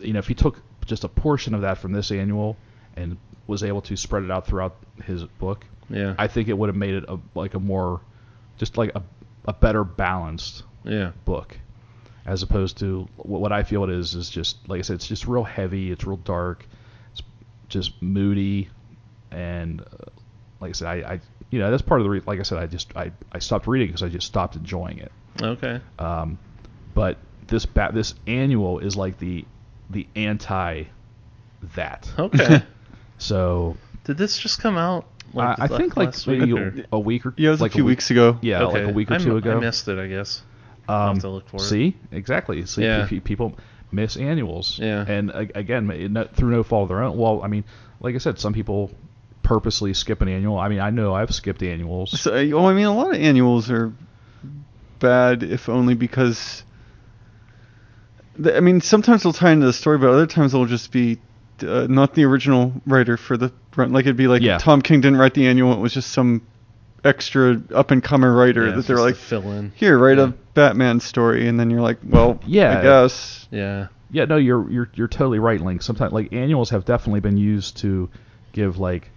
S2: you know if he took just a portion of that from this annual and was able to spread it out throughout his book
S3: Yeah.
S2: i think it would have made it a, like a more just like a, a better balanced
S3: yeah.
S2: book as opposed to wh- what I feel it is is just like I said it's just real heavy it's real dark it's just moody and uh, like I said I, I you know that's part of the re- like I said I just I, I stopped reading because I just stopped enjoying it
S3: Okay.
S2: but this ba- this annual is like the the anti that
S3: Okay.
S2: so
S3: Did this just come out? Like
S2: I, I
S3: la-
S2: think like
S3: last week
S2: maybe
S3: or-
S2: a, a week or
S4: Yeah, it was
S2: like
S4: a few
S2: week-
S4: weeks ago.
S2: yeah
S3: okay.
S2: like a week or
S3: I'm-
S2: two ago
S3: I missed it, I guess. I'll have
S2: Um,
S3: to look for it.
S2: see, exactly. See,
S3: Yeah.
S2: pe- people miss annuals.
S3: Yeah.
S2: And a- again, it- no- through no fault of their own. Well, I mean, like I said, some people purposely skip an annual. I mean, I know I've skipped annuals.
S4: So, oh, I mean, a lot of annuals are bad, if only because. th- I mean, sometimes they'll tie into the story, but other times they'll just be uh, not the original writer for the run. Like it'd be like
S2: Yeah.
S4: Tom King didn't write the annual; it was just some extra up and coming writer
S3: Yeah,
S4: that they're
S3: just
S4: like,
S3: to fill in.
S4: "Here, write
S3: Yeah.
S4: a Batman story," and then you're like, "Well,
S2: Yeah.
S4: I guess."
S3: Yeah.
S2: Yeah, no, you're you're you're totally right, Link. Sometimes like annuals have definitely been used to give like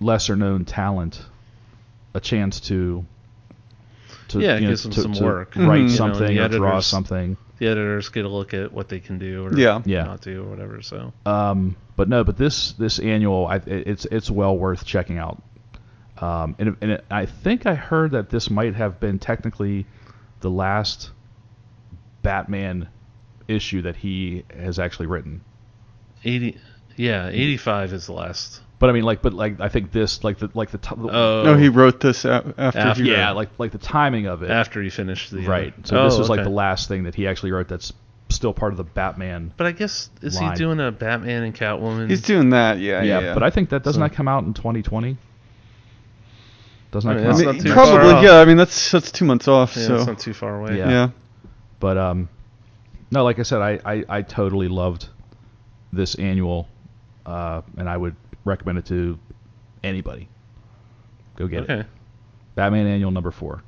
S2: lesser known talent a chance to. To,
S3: Yeah, it
S2: you know,
S3: gives them
S2: to-
S3: some
S2: to
S3: work.
S2: Write
S4: Mhm. You know,
S2: something
S3: the
S2: or draw
S3: editors-
S2: something.
S3: The editors get a look at what they can do or
S4: Yeah.
S2: Yeah.
S3: not do or whatever. So
S2: Um, but no, but this this annual, I, it's it's well worth checking out. Um, and and it, I think I heard that this might have been technically the last Batman issue that he has actually written.
S3: eighty. Yeah, eighty-five is the last.
S2: But I mean, like, but like, I think this, like the like the, t- the
S3: Oh,
S4: No, he wrote this a- after.
S3: After-
S4: he-
S2: yeah, like like the timing of it,
S3: after he finished the
S2: right?
S3: other-
S2: So
S3: Oh,
S2: this was like
S3: okay.
S2: the last thing that he actually wrote. That's still part of the Batman.
S3: But I guess is
S2: line.
S3: he doing a Batman and Catwoman?
S4: he's doing that. Yeah, yeah.
S2: yeah, but I think that doesn't
S3: So-
S2: that come out in 2020? Doesn't
S3: I
S2: that
S3: mean,
S2: come out?
S3: that's not
S4: mean,
S3: too
S4: probably.
S3: far
S4: yeah, I mean, that's that's two months off.
S3: yeah,
S4: so
S3: it's not too far away.
S2: Yeah.
S4: yeah.
S2: But um, no, like I said, I, I, I totally loved this annual, uh, and I would recommend it to anybody. Go get it.
S3: Okay.
S2: Batman Annual number four.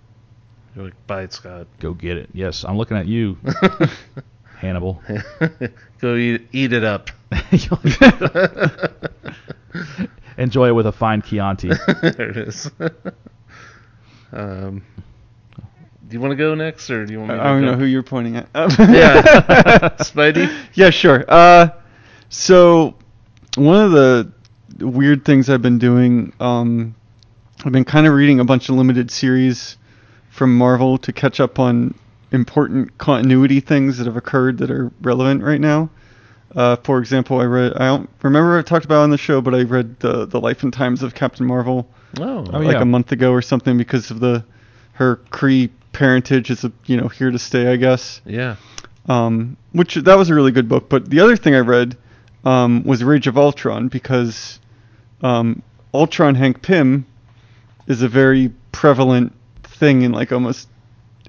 S3: You're like, buy it, Scott.
S2: Go get it. Yes, I'm looking at you, Hannibal.
S3: Go eat, eat it up.
S2: Enjoy it with a fine Chianti.
S3: there it is. um, do you want to go next, or do you want
S4: I
S3: me to
S4: I don't
S3: go?
S4: know who you're pointing at.
S3: yeah, Spidey.
S4: yeah, sure. Uh, so one of the weird things I've been doing, um, I've been kind of reading a bunch of limited series from Marvel to catch up on important continuity things that have occurred that are relevant right now. Uh, for example, I read I don't remember I talked about it on the show, but I read the the Life and Times of Captain Marvel
S3: Oh,
S2: Oh,
S4: like
S2: yeah.
S4: a month ago or something because of the her Cree parentage is you know here to stay, I guess
S3: yeah.
S4: um, which that was a really good book. But the other thing I read um, was Rage of Ultron because um, Ultron Hank Pym is a very prevalent thing in like almost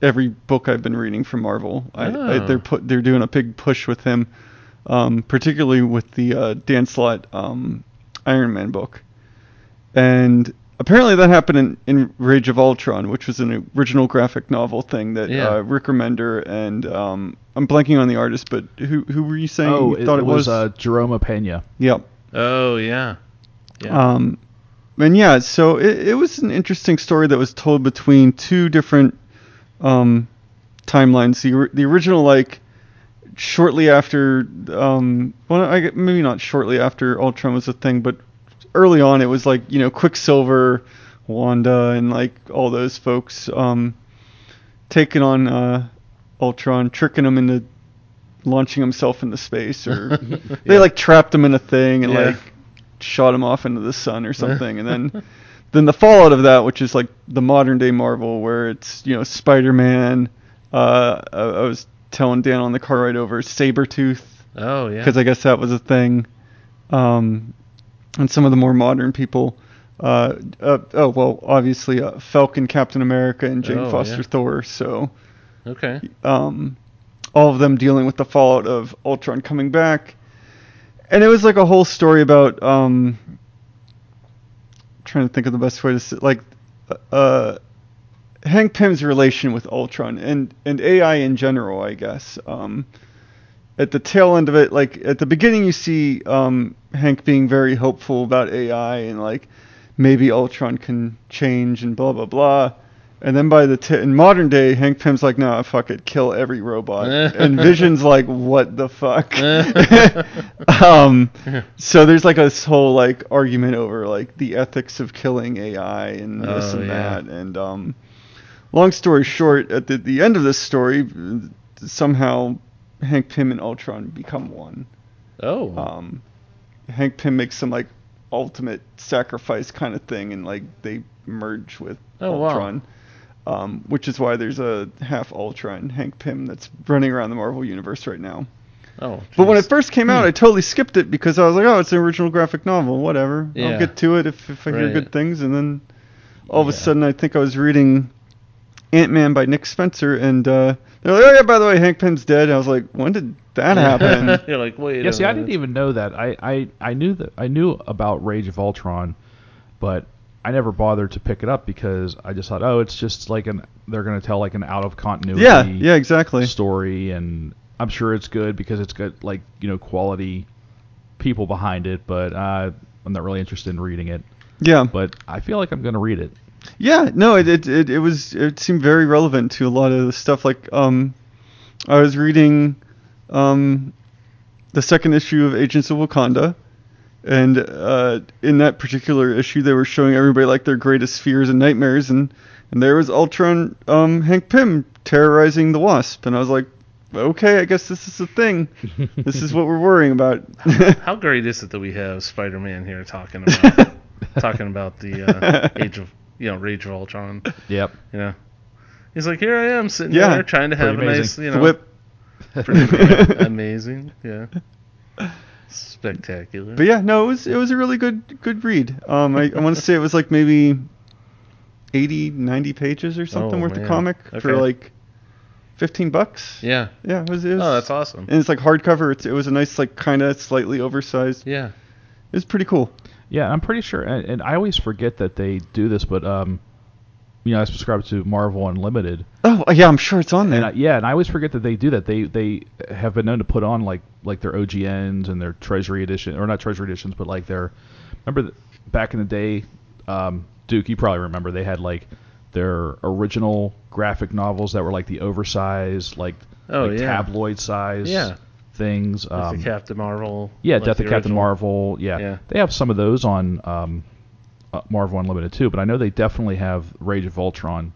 S4: every book I've been reading from Marvel. I, I,
S3: Ah.
S4: they're put they're doing a big push with him. um, particularly with the uh, Dan Slott um, Iron Man book. And apparently that happened in, in Rage of Ultron, which was an original graphic novel thing that
S3: Yeah.
S4: uh, Rick Remender and um, I'm blanking on the artist, but who who were you saying
S2: Oh,
S4: you
S2: it,
S4: thought it,
S2: was, uh, Jerome Pena.
S4: yep.
S3: Oh yeah. Yeah.
S4: Um, and yeah, so it, it was an interesting story that was told between two different um, timelines. The, or- the original, like, shortly after, um, well, I, gue- maybe not shortly after Ultron was a thing, but early on it was like, you know, Quicksilver, Wanda, and like all those folks um, taking on uh, Ultron, tricking him into launching himself into space or they like trapped him in a thing and
S3: Yeah.
S4: like shot him off into the sun or something and then then the fallout of that which is like the modern day marvel where it's you know spider-man uh i, I was telling dan on the car ride over sabretooth
S3: oh yeah.
S4: because i guess that was a thing um and some of the more modern people uh, uh oh well obviously uh, falcon captain america and jane
S3: Oh, yeah.
S4: foster thor so
S3: okay.
S4: um, all of them dealing with the fallout of Ultron coming back. And it was like a whole story about um, trying to think of the best way to say, like uh, Hank Pym's relation with Ultron and and AI in general, I guess. Um, at the tail end of it, like at the beginning, you see um, Hank being very hopeful about AI and like maybe Ultron can change and blah blah blah. And then by the t- in modern day, Hank Pym's like, nah, fuck it, kill every robot. and Vision's like, what the fuck? um, so there's like this whole like argument over like the ethics of killing AI and this
S3: Oh,
S4: and
S3: yeah.
S4: that. And um, long story short, at the, the end of this story, somehow Hank Pym and Ultron become one.
S3: Oh.
S4: Um, Hank Pym makes some like ultimate sacrifice kind of thing, and like they merge with
S3: Oh, wow.
S4: Ultron, um, which is why there's a half Ultron Hank Pym that's running around the Marvel universe right now.
S3: oh.
S4: But when
S3: geez.
S4: it first came out, I totally skipped it because I was like, oh, it's an original graphic novel, whatever.
S3: Yeah.
S4: I'll get to it if, if I hear
S3: Right.
S4: good things. And then all of a
S3: Yeah.
S4: sudden, I think I was reading Ant Man by Nick Spencer, and uh, they're like, oh, yeah, by the way, Hank Pym's dead. And I was like, when did that happen?
S3: You're like, wait.
S2: Yeah,
S3: a
S2: see, I didn't
S3: minute.
S2: even know that. I, I, I knew that I knew about Rage of Ultron, but I never bothered to pick it up because I just thought, oh, it's just like an they're gonna tell like an out of continuity
S4: yeah, yeah, exactly.
S2: story, and I'm sure it's good because it's got like you know quality people behind it, but uh, I'm not really interested in reading it.
S4: Yeah.
S2: But I feel like I'm gonna read it.
S4: Yeah, no, it, it it it was it seemed very relevant to a lot of the stuff. Like, um, I was reading, um, the second issue of Agents of Wakanda, and uh, in that particular issue, they were showing everybody like their greatest fears and nightmares, and and there was Ultron, um, Hank Pym terrorizing the Wasp, and I was like, okay, I guess this is the thing. this is what we're worrying about.
S3: How great is it that we have Spider-Man here talking about talking about the uh, age of you know Rage of Ultron?
S2: Yep.
S3: You know, he's like, here I am sitting
S4: Yeah.
S3: there trying to have
S2: Pretty
S3: a nice
S2: amazing.
S3: you
S4: The
S3: know
S4: whip.
S3: pretty great, amazing, yeah, spectacular.
S4: But yeah, no, it was it was a really good good read. Um, I, I want to say it was like maybe 80, 90 pages or something
S3: Oh,
S4: worth
S3: man.
S4: of comic for
S3: Okay.
S4: like fifteen bucks.
S3: yeah.
S4: yeah, it was. It was
S3: Oh, that's awesome.
S4: And it's like hardcover. It's, it was a nice like kind of slightly oversized.
S3: Yeah.
S4: It was pretty cool.
S2: Yeah, I'm pretty sure, and, and I always forget that they do this, but um, you know, I subscribe to Marvel Unlimited.
S4: Oh yeah, I'm sure it's on there.
S2: And I, yeah, and I always forget that they do that. They they have been known to put on like like their OGNs and their Treasury edition, or not Treasury editions, but like their. Remember the, back in the day, um, Duke, you probably remember they had like their original graphic novels that were like the oversized, like,
S3: Oh,
S2: like
S3: yeah.
S2: tabloid size
S3: Yeah.
S2: things.
S3: Like
S2: Um,
S3: the Captain Marvel.
S2: yeah,
S3: like
S2: Death
S3: the
S2: of Captain
S3: original.
S2: Marvel. Yeah.
S3: Yeah.
S2: they have some of those on um, uh, Marvel Unlimited too, but I know they definitely have Rage of Ultron.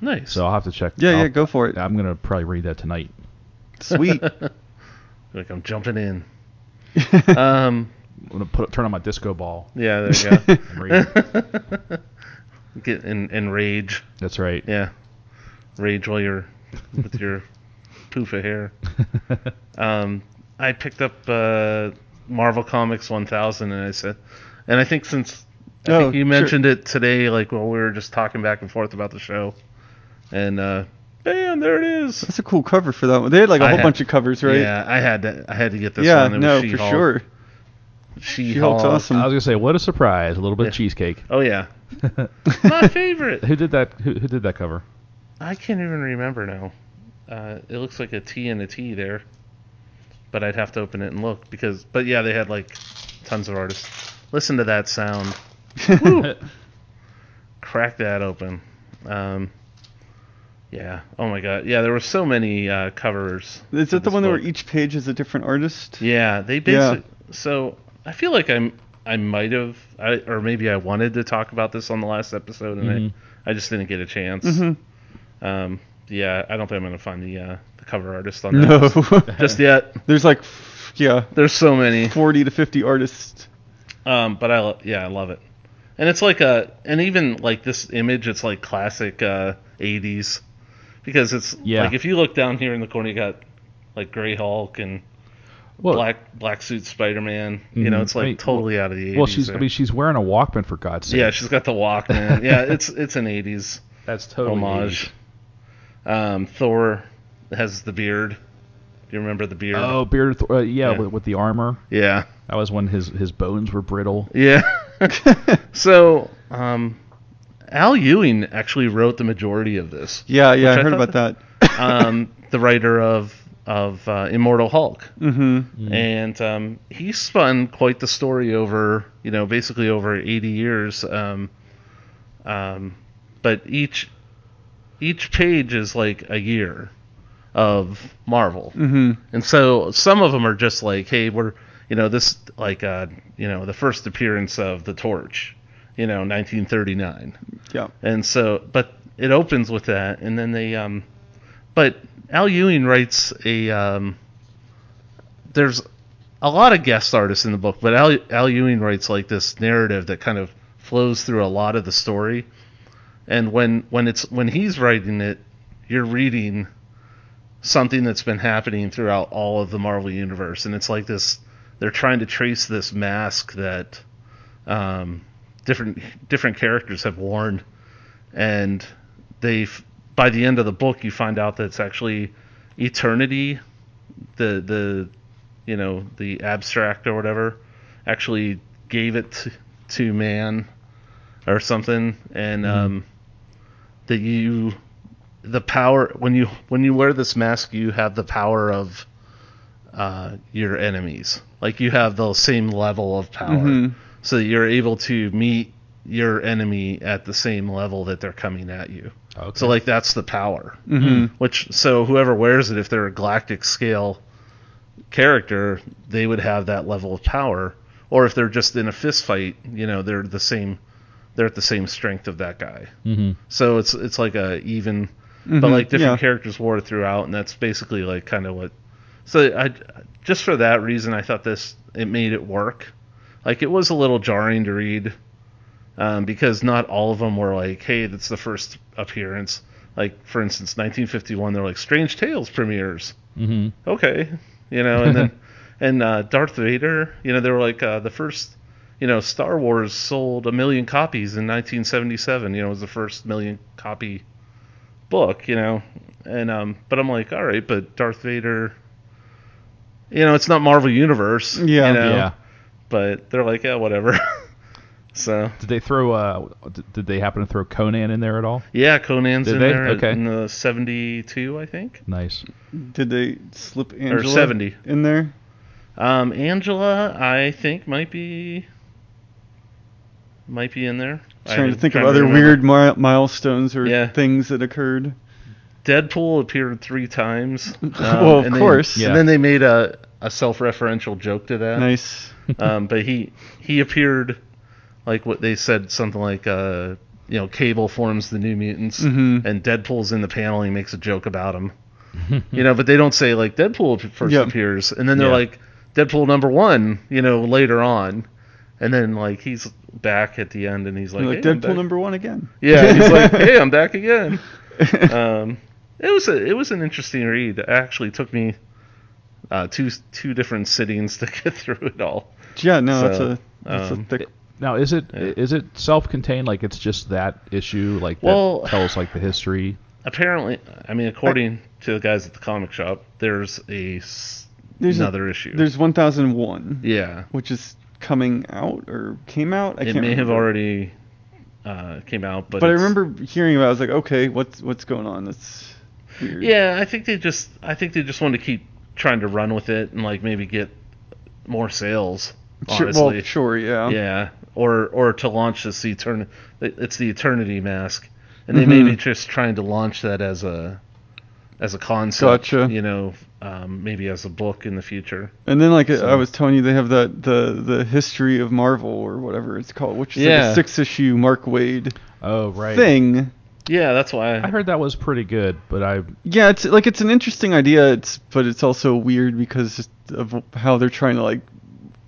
S3: Nice.
S2: So I'll have to check.
S4: yeah,
S2: I'll-
S4: yeah, go for it.
S2: I'm gonna probably read that tonight.
S4: Sweet.
S3: like I'm jumping in. um.
S2: I'm gonna put turn on my disco ball.
S3: Yeah. There you
S2: and read.
S3: go. Get in, in rage.
S2: That's right.
S3: Yeah. Rage while you're with your poof of hair. Um, I picked up uh, Marvel Comics 1000, and I said, and I think since I
S4: Oh,
S3: think you
S4: sure.
S3: mentioned it today, like while we were just talking back and forth about the show, and uh, Damn, there it is.
S4: That's a cool cover for that one. They had like a
S3: I
S4: whole
S3: had-
S4: bunch of covers, right?
S3: Yeah, I had to. I had to get this
S4: Yeah,
S3: one. It was
S4: no, for
S3: She-Hulk.
S4: sure.
S3: She-Hulk.
S4: She-Hulk's awesome.
S2: I was gonna say, what a surprise! A little bit of
S3: Yeah.
S2: cheesecake.
S3: Oh yeah, my favorite.
S2: Who did that? Who, who did that cover?
S3: I can't even remember now. Uh, it looks like a T and a T there, but I'd have to open it and look because. But yeah, they had like tons of artists. Listen to that sound. Woo. Crack that open. Um, yeah. Oh my God. Yeah, there were so many uh, covers.
S4: Is
S3: to
S4: that the
S3: this
S4: one where
S3: book.
S4: each page is a different artist?
S3: Yeah, they
S4: Yeah.
S3: basically. So I feel like I'm. I might have, I, or maybe I wanted to talk about this on the last episode, and
S4: Mm-hmm.
S2: Mhm.
S3: I, I just didn't get a chance.
S4: Mhm.
S3: Um, yeah, I don't think I'm gonna find the uh, the cover artist on that
S4: No.
S3: just yet.
S4: There's like, f- yeah,
S3: There's so many,
S4: 40 to 50 artists.
S3: um, but I lo- yeah I love it, and it's like a and even like this image, it's like classic uh, '80s because it's
S2: Yeah.
S3: like if you look down here in the corner, you got like Gray Hulk and
S2: Well,
S3: black black suit Spider Man. You know,
S2: Mhm.
S3: it's like
S2: Wait,
S3: totally out of the '80s.
S2: well, she's.
S3: there.
S2: I mean, she's wearing a Walkman for God's sake.
S3: yeah, she's got the Walkman. yeah, it's it's an '80s
S2: that's totally
S3: homage. Um, Thor has the beard. Do you remember the
S2: 80s.
S3: beard?
S2: Oh, bearded. Thor- uh, yeah,
S3: Yeah.
S2: With, with the armor.
S3: yeah.
S2: That was when his his bones were brittle.
S3: Yeah. so, um, Al Ewing actually wrote the majority of this.
S4: Yeah, yeah,
S3: Which I
S4: I heard
S3: thought
S4: about that.
S3: Um, the writer of of uh, Immortal Hulk,
S4: hmm
S3: and um, he spun quite the story over, you know, basically over 80 years. Um, um, but each each page is like a year of Marvel.
S4: hmm
S3: And so some of them are just like, hey, we're, you know, this, like, uh, you know, the first appearance of the torch, you know, 1939.
S4: Yeah.
S3: And so, but it opens with that. And then they, um, but Al Ewing writes a, um, there's a lot of guest artists in the book, but Al, Al Ewing writes like this narrative that kind of flows through a lot of the story. And when, when it's, when he's writing it, you're reading something that's been happening throughout all of the Marvel universe, and it's like this. They're trying to trace this mask that um, different different characters have worn, and they f- by the end of the book you find out that it's actually Eternity, the the you know the abstract or whatever, actually gave it to, to man or something, and um, that you the power when you when you wear this mask you have the power of uh, your enemies like you have the same level of power
S4: Mhm.
S3: so that you're able to meet your enemy at the same level that they're coming at you
S2: Okay.
S3: so like that's the power
S4: hmm
S3: which so whoever wears it if they're a galactic scale character they would have that level of power or if they're just in a fist fight you know they're the same they're at the same strength of that guy
S2: hmm
S3: so it's it's like a even
S4: Mhm,
S3: mm-hmm. but like different
S4: yeah.
S3: characters wore it throughout, and that's basically like kind of what. So I just for that reason, I thought this it made it work. Like it was a little jarring to read um, because not all of them were like, hey, that's the first appearance. Like for instance, 1951, they're like Strange Tales premieres.
S2: hmm
S3: Okay, you know, and then and uh, Darth Vader, you know, they were like uh, the first. You know, Star Wars sold a million copies in 1977. You know, it was the first million copy book, you know. And um but I'm like, all right, but Darth Vader you know, it's not Marvel Universe.
S4: Yeah.
S3: You know,
S2: Yeah.
S3: But they're like, yeah, whatever. so
S2: Did they throw? Uh, d- did they happen to throw Conan in there at all?
S3: yeah, Conan's
S2: Did
S3: in
S2: they?
S3: there
S2: Okay.
S3: in the seventy two, I think.
S2: Nice.
S4: Did they slip Angela
S3: 70.
S4: in there?
S3: Um Angela I think might be might be in there.
S4: trying
S3: I'm
S4: to think
S3: trying
S4: of other
S3: remember.
S4: weird mi- milestones or
S3: Yeah.
S4: things that occurred.
S3: Deadpool appeared three times. Um,
S4: Well, of
S3: and they-
S4: course.
S2: Yeah.
S3: And then they made a, a self referential joke to that.
S4: Nice.
S3: um, but he he appeared like what they said something like uh, you know Cable forms the New Mutants
S4: Mhm.
S3: and Deadpool's in the panel and he makes a joke about him. you know, but they don't say like Deadpool first
S4: Yeah.
S3: appears and then they're
S2: Yeah.
S3: like Deadpool number one, you know, later on, and then like he's back at the end and he's like,
S4: Like,
S3: "Hey, I'm
S4: Deadpool
S3: back."
S4: number one again.
S3: yeah, he's like hey I'm back again. Um, it was a, it was an interesting read. It actually took me uh, two two different sittings to get through it all.
S4: yeah, no, that's
S3: So,
S4: a that's
S3: um,
S4: a thick.
S2: Now, is it
S3: Yeah.
S2: is it self-contained? Like it's just that issue? Like
S3: Well-
S2: that tells like the history?
S3: apparently, I mean, according to the guys at the comic shop, there's a s-
S4: There's a-
S3: another issue.
S4: There's 1001,
S3: yeah,
S4: which is coming out or came out. I
S3: it
S4: can't
S3: may have
S4: remember.
S3: already uh, came out, but
S4: But I
S3: it's-
S4: remember hearing about. it. I was like, okay, what's what's going on? That's weird.
S3: Yeah, I think they just I think they just wanted to keep trying to run with it and like maybe get more sales.
S4: Sure,
S3: Honestly,
S4: well, sure, yeah.
S3: yeah, or or to launch this etern it's the Eternity Mask, and they may
S4: Mhm.
S3: be just trying to launch that as a as a concept.
S4: Gotcha.
S3: You know, um, maybe as a book in the future.
S4: And then, like I
S3: So-
S4: was telling you, they have that the the history of Marvel or whatever it's called, which is like
S3: Yeah.
S4: a six issue Mark Wade
S2: Oh right.
S4: thing.
S3: Yeah, that's why.
S2: I heard that was pretty good, but I
S4: Yeah, it's like it's an interesting idea. It's but it's also weird because of how they're trying to like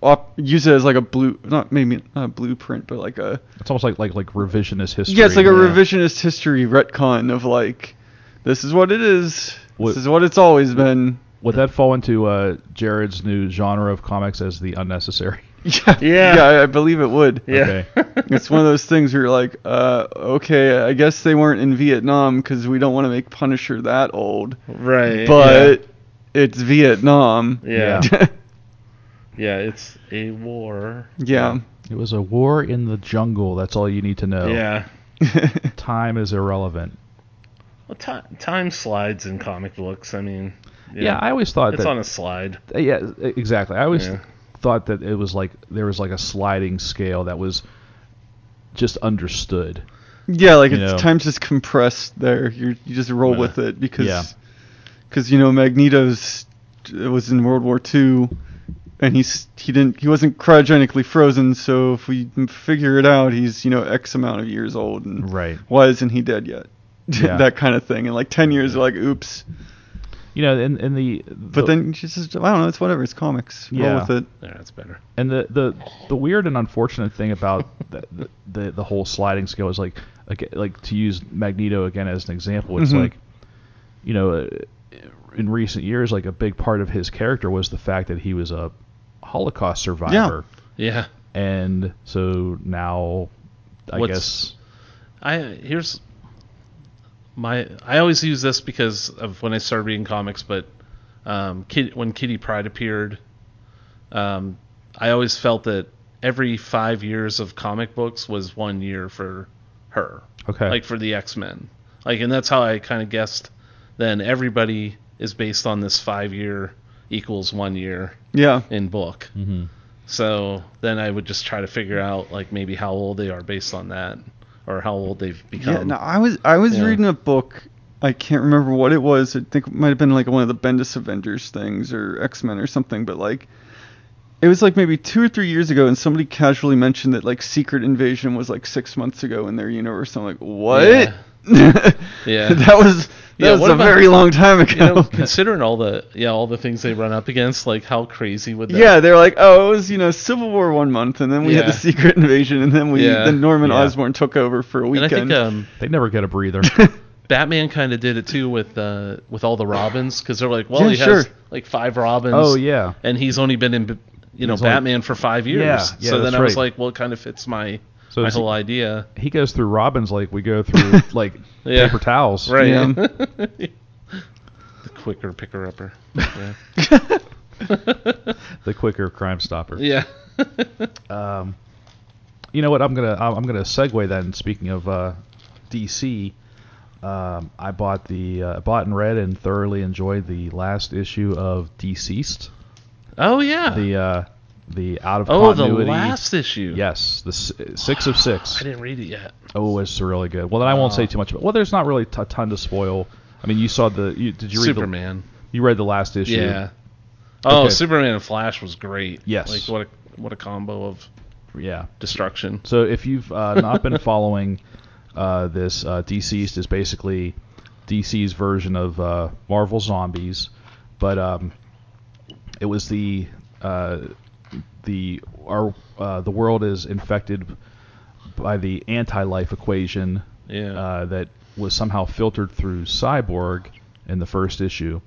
S4: op- use it as like a blue, not maybe not a blueprint, but like a
S2: it's almost like like like revisionist history.
S4: yeah, it's like a
S3: yeah.
S4: revisionist history retcon of like this is what it is.
S2: What-
S4: this is what it's always been.
S2: Would that fall into uh, Jared's new genre of comics as the unnecessary?
S4: Yeah,
S3: Yeah.
S4: yeah, I- I believe it would.
S3: yeah.
S4: It's one of those things where you're like, uh, okay, I guess they weren't in Vietnam because we don't want to make Punisher that old,
S3: right.
S4: but it's Vietnam.
S3: yeah. yeah,
S4: Yeah.
S3: yeah, it's a war.
S2: It was a war in the jungle. That's all you need to know.
S3: Yeah.
S2: Time is irrelevant.
S3: Well, ti time slides in comic books. I mean,
S2: Yeah, I always thought
S3: it's
S2: that.
S3: on a slide.
S2: Uh, yeah, e- exactly. I always
S3: Yeah.
S2: thought that it was like there was like a sliding scale that was just understood.
S4: Yeah, like
S2: You
S4: it's
S2: know.
S4: time's just compressed there. You're, you just roll
S3: Yeah.
S4: with it because
S2: Yeah.
S4: cause, you know Magneto's it was in World War II, and he's he didn't he wasn't cryogenically frozen. So if we m- figure it out, he's you know X amount of years old, and
S2: Right.
S4: why isn't he dead yet?
S2: Yeah.
S4: that kind of thing. And like ten years, like oops.
S2: You know, and and the
S4: But then she's just I don't know. It's whatever. It's comics.
S2: Yeah.
S4: Roll with it.
S3: Yeah, that's better.
S2: and the the the weird and unfortunate thing about the the, the, the whole sliding scale is like like like to use Magneto again as an example. It's
S3: Mm-hmm.
S4: Mhm.
S2: like you know, uh, in recent years, like a big part of his character was the fact that he was a Holocaust survivor,
S3: Yeah.
S2: and so now I
S3: What's-
S2: guess
S3: I here's my I always use this because of when I started reading comics, but um, Kid, when Kitty Pride appeared, um, I always felt that every five years of comic books was one year for her,
S2: okay,
S3: like for the X Men, like, and that's how I kind of guessed. Then everybody is based on this five year equals one year
S4: Yeah.
S3: in book.
S2: hmm
S3: So then I would just try to figure out like maybe how old they are based on that, or how old they've become.
S4: Yeah, no, I was I was
S3: Um, Yeah.
S4: reading a book. I can't remember what it was. I think it might have been like one of the Bendis Avengers things or X Men or something. But like, it was like maybe two or three years ago, and somebody casually mentioned that like Secret Invasion was like six months ago in their universe. I'm like, what?
S3: Yeah. Yeah.
S4: that was that
S3: Yeah,
S4: was
S3: what
S4: a
S3: about-
S4: very long time ago.
S3: you know, considering all the yeah all the things they run up against, like how crazy would that?
S4: yeah, they were like, oh, it was you know Civil War one month, and then we had
S3: Yeah.
S4: the Secret Invasion, and then we
S3: Yeah.
S4: then Norman
S2: Yeah.
S4: Osborn took over for a
S3: and I
S4: weekend.
S3: think um,
S2: they never get a breather.
S3: Batman kind of did it too with uh, with all the Robins because they're like, well,
S4: Yeah,
S3: he has
S4: sure.
S3: like five Robins.
S2: oh yeah,
S3: and he's only been in you know
S2: He's only-
S3: Batman for five years.
S2: Yeah, yeah,
S3: so then
S2: that's
S3: I was
S2: right.
S3: like, well, it kind of fits my
S2: So
S3: my
S2: is
S3: whole idea.
S2: he goes through Robins like we go through like
S3: Yeah.
S2: paper towels.
S3: Right.
S4: Yeah.
S3: the quicker picker upper. Yeah.
S2: The quicker Crime Stopper.
S3: yeah.
S2: Um, you know what? I'm gonna I'm I'm gonna segue then. Speaking of uh, DC, um, I bought the uh, bought and read and thoroughly enjoyed the last issue of Deceased,
S3: Oh yeah.
S2: the uh, the out of
S3: oh, the
S2: continuity.
S3: last issue.
S2: Yes, the s- six of
S3: I
S2: six.
S3: didn't read it yet.
S2: Oh, it's really good. Well, then I won't
S3: Oh.
S2: say too much about. Well, there's not really t- a ton to spoil. I mean, you saw the. You, did you read
S3: Superman.
S2: the? You read the last issue.
S3: Yeah. Oh,
S2: Okay.
S3: Superman and Flash was great.
S2: Yes.
S3: Like what a what a combo of
S2: Yeah.
S3: destruction.
S2: So if you've uh, not been following uh, this, uh, Deceased is basically DC's version of uh, Marvel Zombies, but um, it was the uh, the our uh, the world is infected by the anti-life equation
S3: Yeah.
S2: uh, that was somehow filtered through Cyborg in the first issue,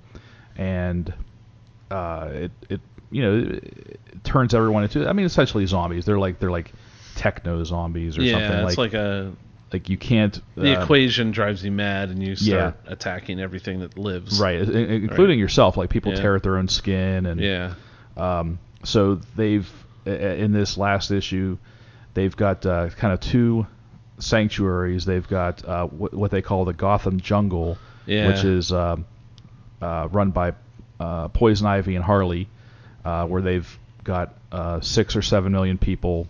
S2: and uh, it it you know it, it turns everyone into I mean essentially zombies. They're like they're like techno zombies or
S3: yeah,
S2: something
S3: it's
S2: like,
S3: like, a
S2: like you can't
S3: The
S2: uh,
S3: equation drives you mad, and you start attacking everything that lives.
S2: right, i- i- including yourself. Like people
S3: Yeah.
S2: tear at their own skin, and
S3: Yeah.
S2: um, so they've i- i- in this last issue, they've got uh, kind of two sanctuaries. They've got uh, wh- what they call the Gotham Jungle,
S3: Yeah.
S2: which is um uh, run by uh, Poison Ivy and Harley, uh, where they've got uh, six or seven million people,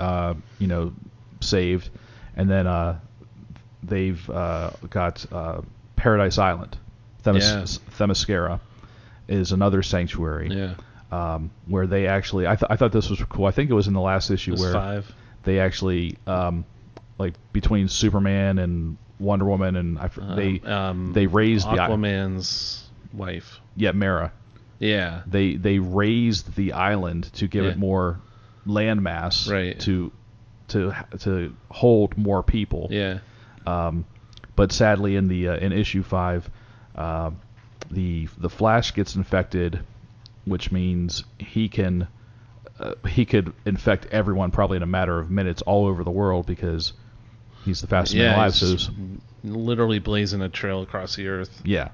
S2: uh, you know, saved, and then uh, they've uh, got uh, Paradise Island, Themis- Themyscira, is another sanctuary
S3: Yeah.
S2: um, where they actually. I, th- I thought this was cool. I think it was in the last issue
S3: It's
S2: where
S3: five.
S2: they actually um, like between Superman and Wonder Woman and I, f- they
S3: um,
S2: they raised the i-
S3: Aquaman's wife.
S2: yeah Mara.
S3: Yeah.
S2: They they raised the island to give
S3: Yeah.
S2: it more landmass
S3: Right.
S2: to to h- to hold more people.
S3: Yeah.
S2: But sadly, in the uh, in issue five, uh, the the Flash gets infected, which means he can uh, he could infect everyone probably in a matter of minutes all over the world because he's the fastest man
S3: Yeah,
S2: alive.
S3: he's
S2: So s-
S3: Literally blazing a trail across the earth.
S2: yeah,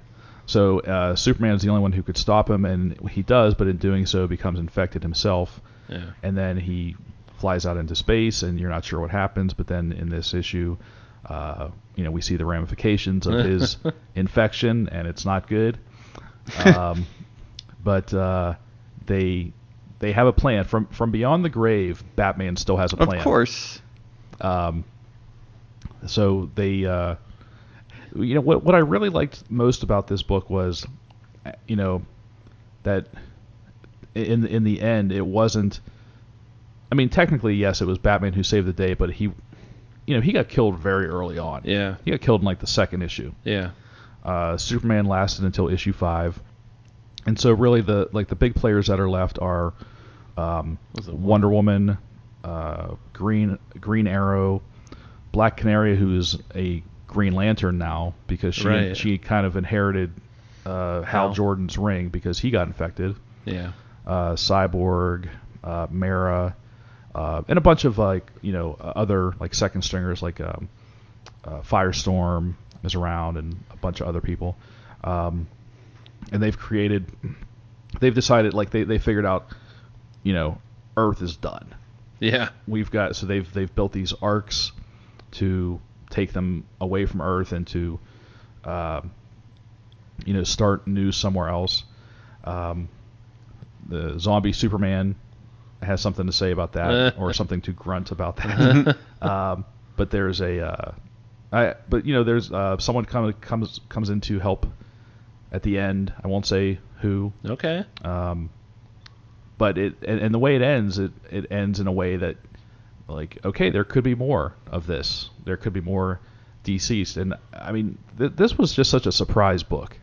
S2: so uh, Superman's the only one who could stop him, and he does. But in doing so, becomes infected himself,
S3: Yeah.
S2: and then he flies out into space, and you're not sure what happens. But then in this issue. Uh, you know, we see the ramifications of his infection, and it's not good. um, but uh, they they have a plan from from beyond the grave. Batman still has a plan.
S4: Of course.
S2: So they, uh, you know, what what I really liked most about this book was, uh, you know, that in in the end it wasn't. I mean, technically, yes, it was Batman who saved the day, but he, you know, he got killed very early on.
S3: Yeah.
S2: He got killed in like the second issue.
S3: Yeah.
S2: Uh, Superman lasted until issue five, and so really the like the big players that are left are um,
S3: Was it
S2: Wonder Woman, uh, Green Green Arrow, Black Canary, who is a Green Lantern now because she
S3: Right.
S2: she kind of inherited uh, Hal
S3: Hal.
S2: Jordan's ring because he got infected.
S3: Yeah.
S2: Uh, Cyborg, uh, Mara, uh, and a bunch of like you know uh, other like second stringers like um, uh, Firestorm is around and a bunch of other people, um, and they've created, they've decided like they they figured out, you know, Earth is done.
S3: Yeah.
S2: We've got so they've they've built these arcs to take them away from Earth and to, uh, you know, start new somewhere else. Um, the zombie Superman has something to say about that, or something to grunt about that. um, but there's a, uh, I, but you know, there's uh, someone come, comes comes in to help at the end. I won't say who,
S3: Okay.
S2: but it and, and the way it ends, it it ends in a way that, like, okay, there could be more of this. There could be more deceased, and I mean, th- this was just such a surprise book.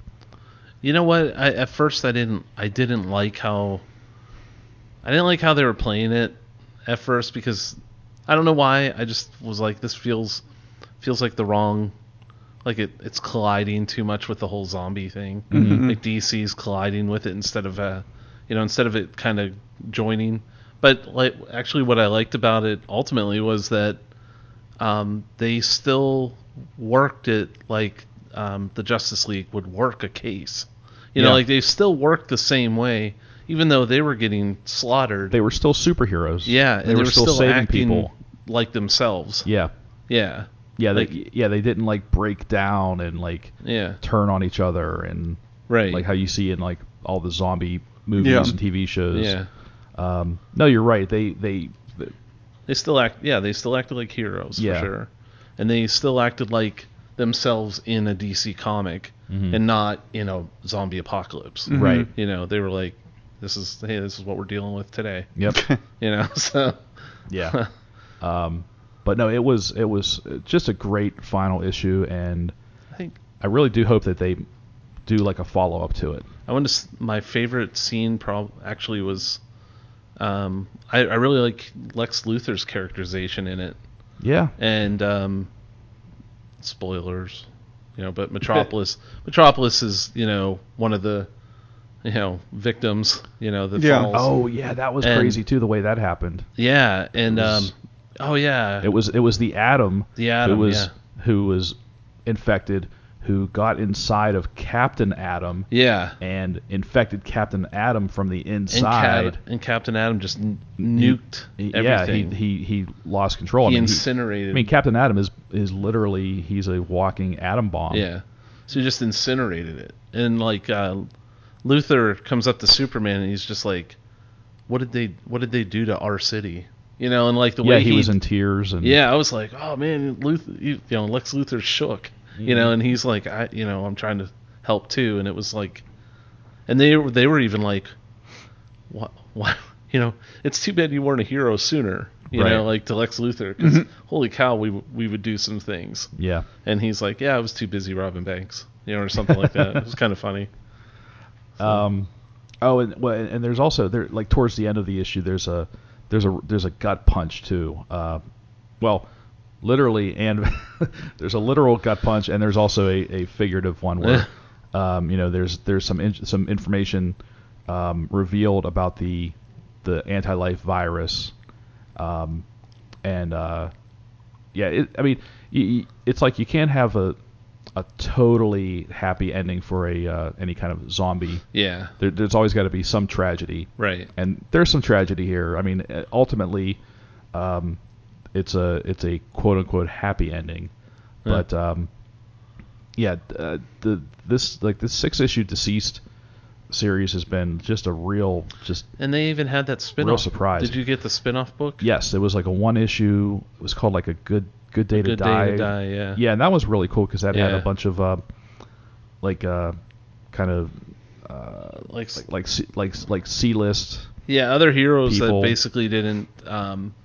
S3: You know what? I, at first, I didn't. I didn't like how. I didn't like how they were playing it at first because I don't know why. I just was like, this feels feels like the wrong. Like it, it's colliding too much with the whole zombie thing. Like DC's colliding with it instead of, uh, you know, instead of it kind of joining. But like, actually, what I liked about it ultimately was that um, they still worked it like um, the Justice League would work a case. You know,
S2: Yeah.
S3: like they still worked the same way, even though they were getting slaughtered.
S2: They were still superheroes.
S3: yeah, and
S2: they, were, still, saving
S3: acting
S2: people.
S3: like themselves.
S2: Yeah,
S3: Yeah,
S2: yeah, they,
S3: Like-
S2: yeah. They didn't like break down and like
S3: yeah,
S2: turn on each other and
S3: right.
S2: like how you see in like all the zombie movies
S4: Yeah.
S2: and TV shows.
S3: yeah,
S2: Um, no, you're right. They they
S3: they still act. Yeah, they still acted like heroes
S2: Yeah.
S3: for sure, and they still acted like themselves in a DC comic and not in a zombie apocalypse.
S2: Hmm. right.
S3: You know, they were like, "This is hey, this is what we're dealing with today."
S2: Yep.
S3: You know, so
S2: Yeah. um, but no, it was it was just a great final issue, and
S3: I think
S2: I really do hope that they do like a follow up to it.
S3: I want to. s- My favorite scene prob actually was, um, I, I really like Lex Luthor's characterization in it,
S2: Yeah.
S3: and um, spoilers, you know. But Metropolis, Metropolis is you know one of the, you know, victims, you know, that
S4: Yeah.
S3: falls.
S2: Oh yeah, that was
S3: And-
S2: crazy too. The way that happened.
S3: Yeah, and
S2: It was-
S3: um, Oh yeah.
S2: It was it was the Atom.
S3: The Atom,
S2: who was
S3: yeah.
S2: who was infected, who got inside of Captain Atom
S3: yeah.
S2: and infected Captain Atom from the
S3: And, Cap-
S2: inside.
S3: and Captain Adam just n- nuked
S2: He- yeah, he,
S3: everything.
S2: he he lost control.
S3: He
S2: I mean,
S3: incinerated.
S2: I mean, Captain Atom is is literally he's a walking atom bomb.
S3: Yeah. So he just incinerated it. And like uh, Luther comes up to Superman and he's just like, "What did they What did they do to our city?" You know, and like the
S2: yeah.
S3: way
S2: He,
S3: he
S2: was in tears and
S3: Yeah, I was like, "Oh man, Luther, you, you know, Lex Luthor shook."
S2: Mm-hmm.
S3: You know, and he's like, "I, you know, I'm trying to help too." And it was like, and they were- they were even like, "What? What?" You know, it's too bad you weren't a hero sooner. You know,
S2: Right. Mm-hmm.
S3: like to Lex Luthor, because holy cow, we w- we would do some things.
S2: yeah.
S3: And he's like, "Yeah, I was too busy robbing banks," you know, or something like that. It was kind of funny.
S2: Um, oh, and well, and and there's also there like towards the end of the issue, there's a there's a there's a gut punch too. Uh, well, literally, and there's a literal gut punch, and there's also a, a figurative one where, um, you know, there's there's some in, some information um, revealed about the the anti-life virus, um, and uh, yeah, it, I mean, you, you, it's like you can't have a a totally happy ending for a uh, any kind of zombie
S3: Yeah,
S2: there, there's always got to be some tragedy,
S3: right.
S2: and there's some tragedy here. I mean, uh, ultimately, um, it's a it's a quote unquote happy ending,
S3: Yeah.
S2: but um, yeah, uh, the this like this six issue deceased series has been just a real just
S3: And they even had that spin-off.
S2: Real surprise.
S3: Did you get the spin-off book?
S2: yes, it was like a one issue. It was called like a good good day, to,
S3: Good
S2: die.
S3: Day to Die. Yeah.
S2: Yeah, and that was really cool because that had
S3: Yeah.
S2: a bunch of uh, like uh, kind of
S3: Like,
S2: like C- like like C list.
S3: yeah, other heroes
S2: People.
S3: that basically didn't um,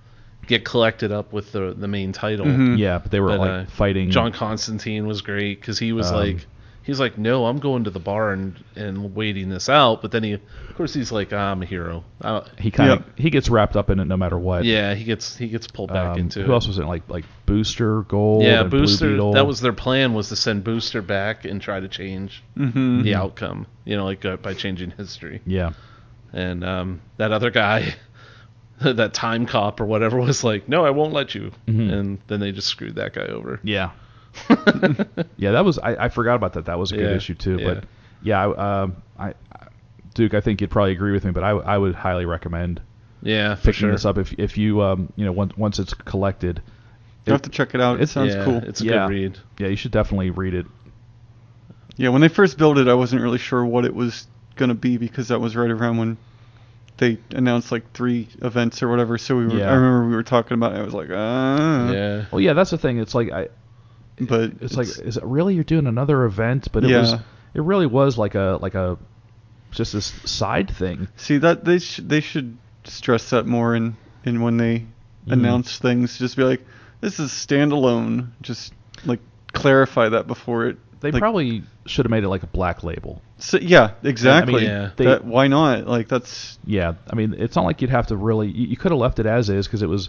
S3: get collected up with the the main title.
S4: Mhm.
S2: Yeah, but they were
S3: But,
S2: like
S3: uh,
S2: fighting
S3: John Constantine was great because he was
S2: Um,
S3: like, he's like, no, I'm going to the bar and and waiting this out. But then he, of course, he's like, "Ah, I'm a hero. I,
S2: He kind of
S4: Yep.
S2: he gets wrapped up in it no matter what.
S3: yeah, he gets he gets pulled back
S2: Um,
S3: into
S2: who
S3: it.
S2: else was in like like Booster Gold?
S3: yeah,
S2: and Blue
S3: Booster.
S2: Beetle?
S3: That was their plan was to send Booster back and try to change
S4: Mm-hmm.
S3: the outcome. You know, like uh, by changing history.
S2: yeah.
S3: And um, that other guy, that time cop or whatever, was like, "No, I won't let you."
S2: Mhm.
S3: And then they just screwed that guy over.
S2: Yeah. yeah, that was I, I forgot about that. That was a good
S3: Yeah,
S2: issue too.
S3: yeah.
S2: But yeah, I, um, I Duke, I think you'd probably agree with me, but I, I would highly recommend
S3: Yeah, for
S2: picking
S3: sure.
S2: this up if if you um you know once once it's collected.
S4: You have to check it out. It
S2: It's-
S4: sounds
S3: yeah,
S4: cool.
S3: It's a
S2: Yeah.
S3: good read.
S2: Yeah, you should definitely read it.
S4: Yeah, when they first built it, I wasn't really sure what it was gonna be because that was right around when they announced like three events or whatever. So we were,
S2: Yeah.
S4: I remember we were talking about. it. I was like,
S2: Uh-huh.
S4: ah,
S3: yeah.
S2: Well, yeah, that's the thing. It's like I,
S4: But
S2: it's, like is it really you're doing another event? But it was
S4: Yeah.
S2: it really was like a like a just this side thing.
S4: see that they sh- they should stress that more in in when they
S2: Mm.
S4: announce things. Just be like, this is standalone. Just like clarify that before it.
S2: They
S4: like,
S2: probably should have made it like a black label.
S4: So, yeah, exactly.
S3: yeah.
S2: They-
S4: That- why not? Like that's
S2: Yeah, I mean, it's not like you'd have to really. You, you could have left it as is because it was,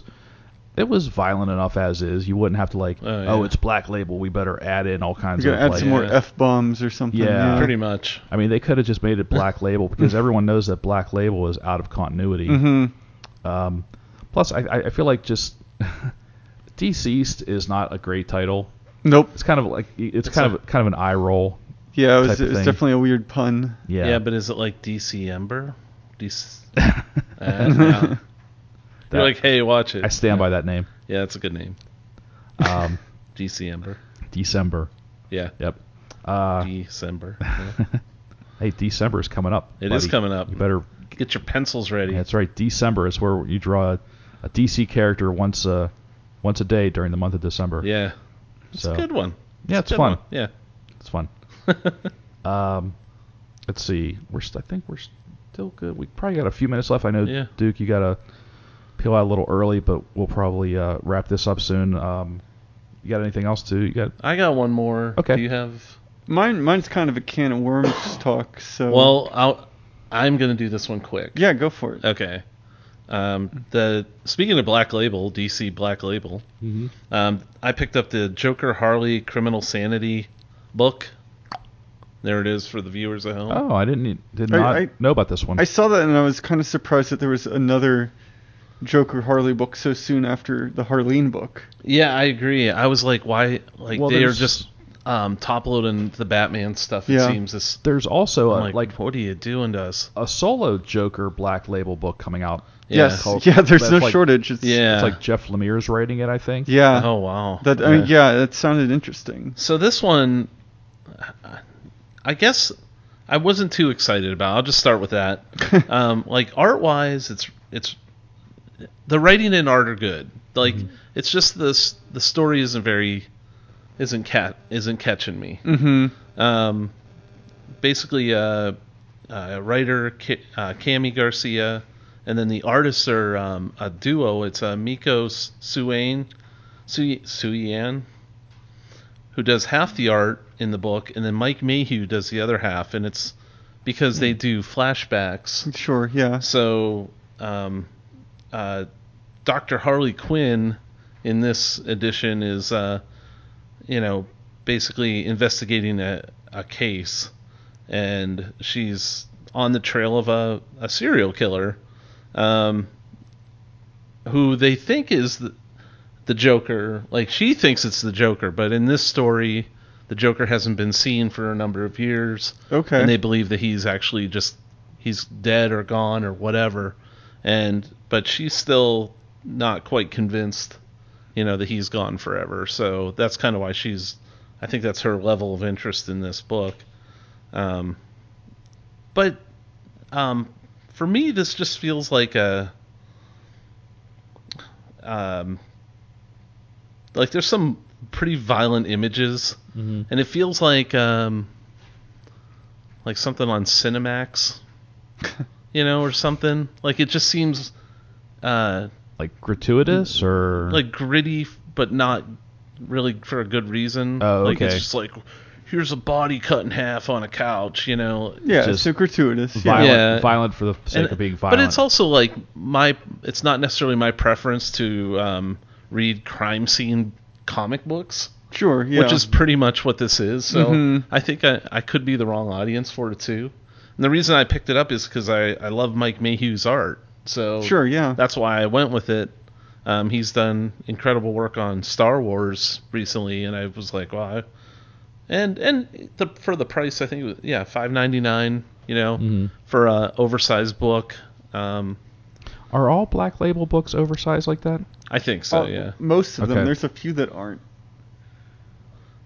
S2: it was violent enough as is. You wouldn't have to like,
S3: Oh,
S2: oh,
S3: yeah.
S2: it's black label. We better add in all kinds
S4: you
S2: of
S4: gotta add
S2: like.
S4: some more
S3: Yeah.
S4: f bombs or something.
S2: Yeah.
S3: Pretty much.
S2: I mean, they could have just made it black label because everyone knows that black label is out of continuity.
S4: hmm
S2: Um, plus, I, I I feel like just deceased is not a great title.
S4: Nope.
S2: It's kind of like it's,
S3: It's
S2: kind
S3: a-
S2: of kind of an eye roll.
S4: Yeah, it was,
S2: type of
S4: it was
S2: thing.
S4: definitely a weird pun.
S2: Yeah.
S3: Yeah. but is it like DC Ember? DC. Uh, yeah.
S2: That-
S3: You're like, hey, watch it.
S2: I stand by that name.
S3: Yeah, that's a good name.
S2: Um,
S3: DC Ember.
S2: December.
S3: Yeah.
S2: Yep. Uh,
S3: December. Yeah.
S2: hey, December is coming up.
S3: It is
S2: buddy.
S3: coming up.
S2: You better
S3: Get your pencils ready.
S2: That's right. December is where you draw a, a DC character once a once a day during the month of December.
S3: Yeah. It's
S2: So,
S3: a good one.
S2: Yeah,
S3: a
S2: it's
S3: good
S2: fun.
S3: one. Yeah.
S2: It's fun. um, let's see. We're st- I think we're still good. We probably got a few minutes left. I know
S3: Yeah.
S2: Duke, you got to peel out a little early, but we'll probably uh, wrap this up soon. Um, you got anything else to? You got?
S3: I got one more.
S2: Okay.
S3: Do you have?
S4: Mine, mine's kind of a can of worms talk. So
S3: Well, I'll, I'm gonna do this one quick.
S4: yeah, go for it.
S3: Okay. Um, the speaking of Black Label, DC Black Label, um, I picked up the Joker Harley Criminal Sanity book. There it is for the viewers at home.
S2: Oh, I didn't e- did
S4: I-
S2: not
S4: I-
S2: know about this one.
S4: I saw that and I was kind of surprised that there was another Joker Harley book so soon after the Harleen book.
S3: Yeah, I agree. I was like, why? Like
S4: Well,
S3: they are
S4: there's-
S3: just um, top loading the Batman stuff. It
S4: Yeah.
S3: seems this.
S2: There's also
S3: I'm
S2: a,
S3: like,
S2: like
S3: what are you doing to us?
S2: a solo Joker Black Label book coming out.
S3: Yeah.
S4: Yes,
S2: Called-
S4: yeah. There's
S2: that's
S4: no
S2: like-
S4: shortage. It's,
S3: Yeah.
S2: It's like Jeff Lemire's writing it, I think.
S4: yeah.
S3: Oh wow.
S4: That I mean, yeah, that sounded interesting.
S3: So this one, I guess I wasn't too excited about. I'll just start with that. um, like art wise, it's it's the writing and art are good. Like
S4: Mm-hmm.
S3: it's just this the story isn't very isn't cat isn't catching me.
S4: Mm-hmm.
S3: Um, basically, uh, uh, writer Ca- uh, Cami Garcia, and then the artists are um, a duo. It's uh, Miko S- Suyan, Su- Suyan, who does half the art in the book, and then Mike Mayhew does the other half. And it's because they do flashbacks.
S4: Sure. Yeah.
S3: So, um, uh, Dr. Harley Quinn in this edition is, uh, you know, basically investigating a, a case, and she's on the trail of a, a serial killer, um, who they think is the, the Joker. Like, she thinks it's the Joker, but in this story, the Joker hasn't been seen for a number of years
S4: Okay.
S3: and they believe that he's actually just he's dead or gone or whatever and but she's still not quite convinced you know that he's gone forever so that's kind of why she's i think that's her level of interest in this book um, but um, for me this just feels like a um, like there's some pretty violent images
S2: Mm-hmm.
S3: and it feels like um, like something on Cinemax, you know, or something. Like it just seems uh,
S2: Like gratuitous or
S3: like gritty, but not really for a good reason.
S2: Oh,
S3: Like it's
S2: okay.
S3: just like here's a body cut in half on a couch, you know.
S4: yeah.
S2: just
S4: so gratuitous. Yeah.
S2: violent,
S3: Yeah.
S2: violent for the sake
S3: And-
S2: of being violent.
S3: But it's also like my it's not necessarily my preference to um, read crime scene comic books.
S4: Sure. Yeah.
S3: which is pretty much what this is. So
S4: Mhm.
S3: I think I, I could be the wrong audience for it too. And the reason I picked it up is because I, I love Mike Mayhew's art. So
S4: sure. Yeah.
S3: that's why I went with it. Um, he's done incredible work on Star Wars recently, and I was like, wow. And and the, for the price, I think it was yeah five ninety nine. You know,
S4: Mm. Mm-hmm.
S2: Mhm.
S3: for a oversized book. Um,
S2: Are all Black Label books oversized like that?
S3: I think so.
S4: Oh,
S3: yeah.
S4: Most of them.
S2: Okay.
S4: There's a few that aren't.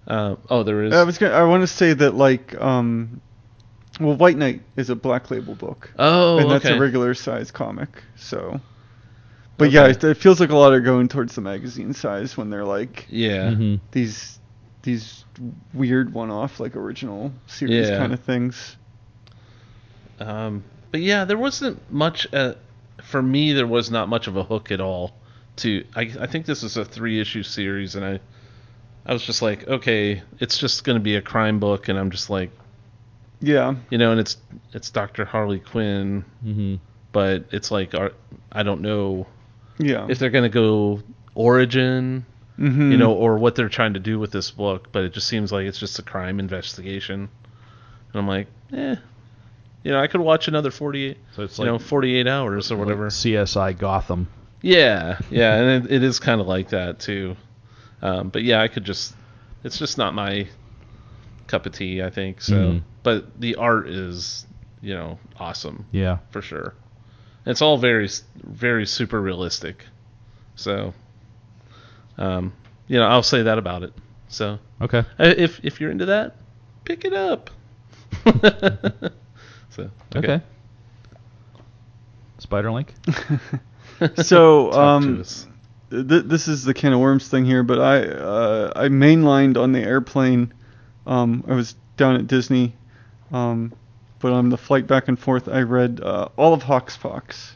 S3: Uh, oh, there is.
S4: I was gonna. I want to say that like um, well, White Knight is a black label book,
S3: oh,
S4: and that's
S3: okay.
S4: a regular size comic. So, but yeah,
S3: Okay.
S4: it, it feels like a lot are going towards the magazine size when they're like
S3: yeah.
S2: Mm-hmm.
S4: these these weird one-off like original series
S3: Yeah.
S4: kind of things.
S3: Um, but yeah, there wasn't much. Uh, for me, there was not much of a hook at all. To I, I think this is a three-issue series, and I, I was just like, okay, it's just going to be a crime book, and I'm just like,
S4: Yeah.
S3: you know, and it's it's Dr. Harley Quinn,
S2: Mm-hmm.
S3: but it's like, are, I don't know
S4: Yeah.
S3: if they're going to go origin,
S4: mm-hmm.
S3: you know, or what they're trying to do with this book, but it just seems like it's just a crime investigation, and I'm like, eh, you know, I could watch another 48
S2: So it's
S3: you know, 48 hours or whatever.
S2: CSI Gotham.
S3: Yeah, yeah, and it, it is kind of like that too. Um, but yeah, I could just, it's just not my cup of tea, I think. So,
S2: Mhm.
S3: but the art is, you know, awesome
S2: Yeah.
S3: for sure. It's all very, s- very super realistic. So, um, you know, I'll say that about it. So,
S2: Okay.
S3: I- if if you're into that, pick it up. so
S2: Okay. Spider Link.
S4: so
S3: Talk to
S4: um,
S3: us.
S4: th- this is the can of worms thing here, but I uh, I mainlined on the airplane. Um, I was down at Disney, um, but on the flight back and forth, I read uh, all of Hawkspox.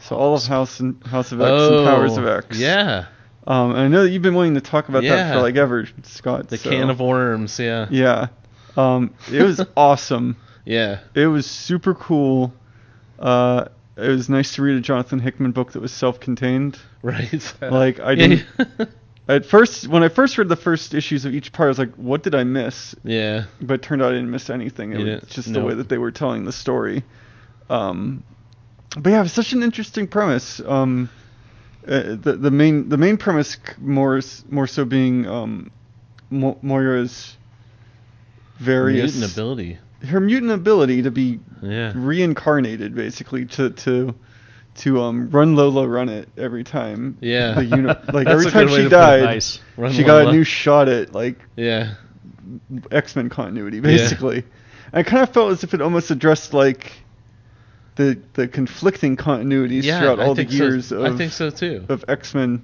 S4: So all of House and House of X and Powers of
S3: Oh,
S4: X.
S3: Yeah.
S4: Um, and I know that you've been wanting to talk about that
S3: Yeah.
S4: for like ever, Scott.
S3: The
S4: so-
S3: can of worms, yeah.
S4: Yeah. Um, it was awesome.
S3: Yeah.
S4: It was super cool. Uh, it was nice to read a Jonathan Hickman book that was self-contained.
S3: Right.
S4: Like I
S3: yeah.
S4: didn't. At first, when I first read the first issues of each part, I was like, "What did I miss?"
S3: yeah.
S4: But it turned out I didn't miss anything. It
S3: You
S4: was
S3: didn't-
S4: just
S3: no.
S4: the way that they were telling the story. Um, but yeah, it was such an interesting premise. Um, uh, the the main the main premise c- more s- more so being um, Mo- Moira's various
S3: Mutant ability.
S4: her mutant ability to be
S3: Yeah.
S4: reincarnated basically to to to um run Lola run it every time.
S3: Yeah.
S4: The uni- like
S3: That's a
S4: every
S3: good
S4: time
S3: way
S4: she
S3: to put it.
S4: died,
S2: Nice.
S3: Run
S4: she got a
S3: Lola.
S4: new shot at like
S3: Yeah.
S4: X Men continuity
S3: Yeah.
S4: basically. And I kind of felt as if it almost addressed like the the conflicting continuities
S3: Yeah.
S4: throughout
S3: I
S4: all the
S3: think so-
S4: years
S3: I
S4: of
S3: think so too.
S4: of X Men,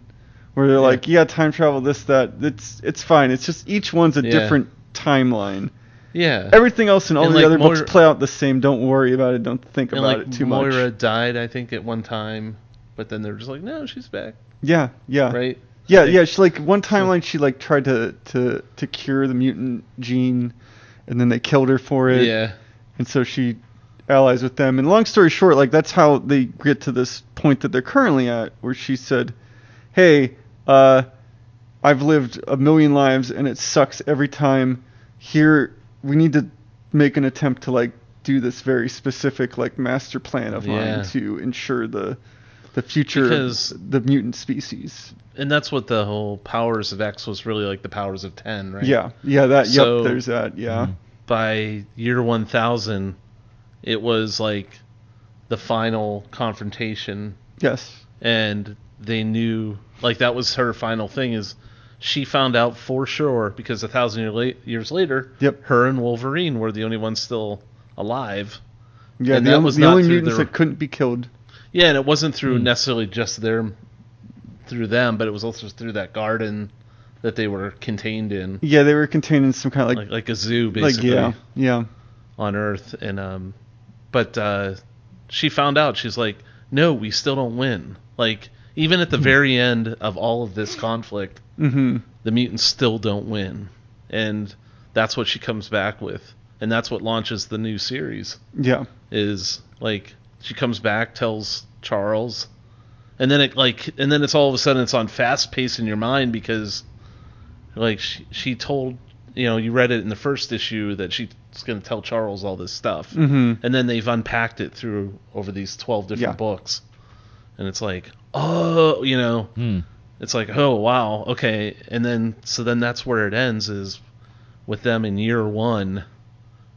S4: where they're like, yeah, time travel, this that. It's it's fine. It's just each one's a
S3: Yeah.
S4: different timeline.
S3: Yeah.
S4: Everything else in all
S3: And,
S4: the
S3: like,
S4: other
S3: Moira-
S4: books play out the same. Don't worry about it. Don't think
S3: and
S4: about
S3: like
S4: it too
S3: Moira
S4: much.
S3: died, I think, at one time, but then they're just like, no, she's back,
S4: Yeah, yeah,
S3: right?
S4: yeah,
S3: They-
S4: yeah. She like one timeline she like tried to to to cure the mutant gene, and then they killed her for it.
S3: Yeah.
S4: and so she allies with them. And long story short, like that's how they get to this point that they're currently at, where she said, "Hey, uh, I've lived a million lives, and it sucks every time. Here, we need to make an attempt to like do this very specific like master plan of
S3: Yeah.
S4: mine to ensure the." The future
S3: Because-
S4: of the mutant species.
S3: And that's what the whole powers of X was really like the powers of ten, right?
S4: Yeah, yeah, that.
S3: So- Mm-hmm.
S4: yep, there's that. Yeah,
S3: By year one thousand, it was like the final confrontation,
S4: yes,
S3: and they knew like that was her final thing is she found out for sure because a thousand year late, years later,
S4: Yep.
S3: her and Wolverine were the only ones still alive.
S4: yeah.
S3: And
S4: the
S3: that
S4: only,
S3: was
S4: the
S3: not
S4: only
S3: through
S4: mutants
S3: their-
S4: that couldn't be killed.
S3: Yeah, and it wasn't
S4: Hmm.
S3: through necessarily just their through them, but it was also through that garden that they were contained in,
S4: Yeah, they were contained in some kind of like
S3: like like a zoo
S4: like
S3: basically
S4: yeah yeah
S3: on Earth. And um, but uh, she found out. She's like, no, we still don't win. Like even
S4: Hmm.
S3: at the very end of all of this conflict,
S4: mm-hmm
S3: the mutants still don't win, and that's what she comes back with, and that's what launches the new series
S4: yeah
S3: is like she comes back, tells Charles, and then it like and then it's all of a sudden it's on fast pace in your mind because like she, she told you know you read it in the first issue that she's going to tell Charles all this stuff,
S4: mm-hmm
S3: and then they've unpacked it through over these twelve different
S4: Yeah.
S3: books, and it's like oh you know
S2: Hmm.
S3: it's like oh wow okay and then so then that's where it ends is with them in year one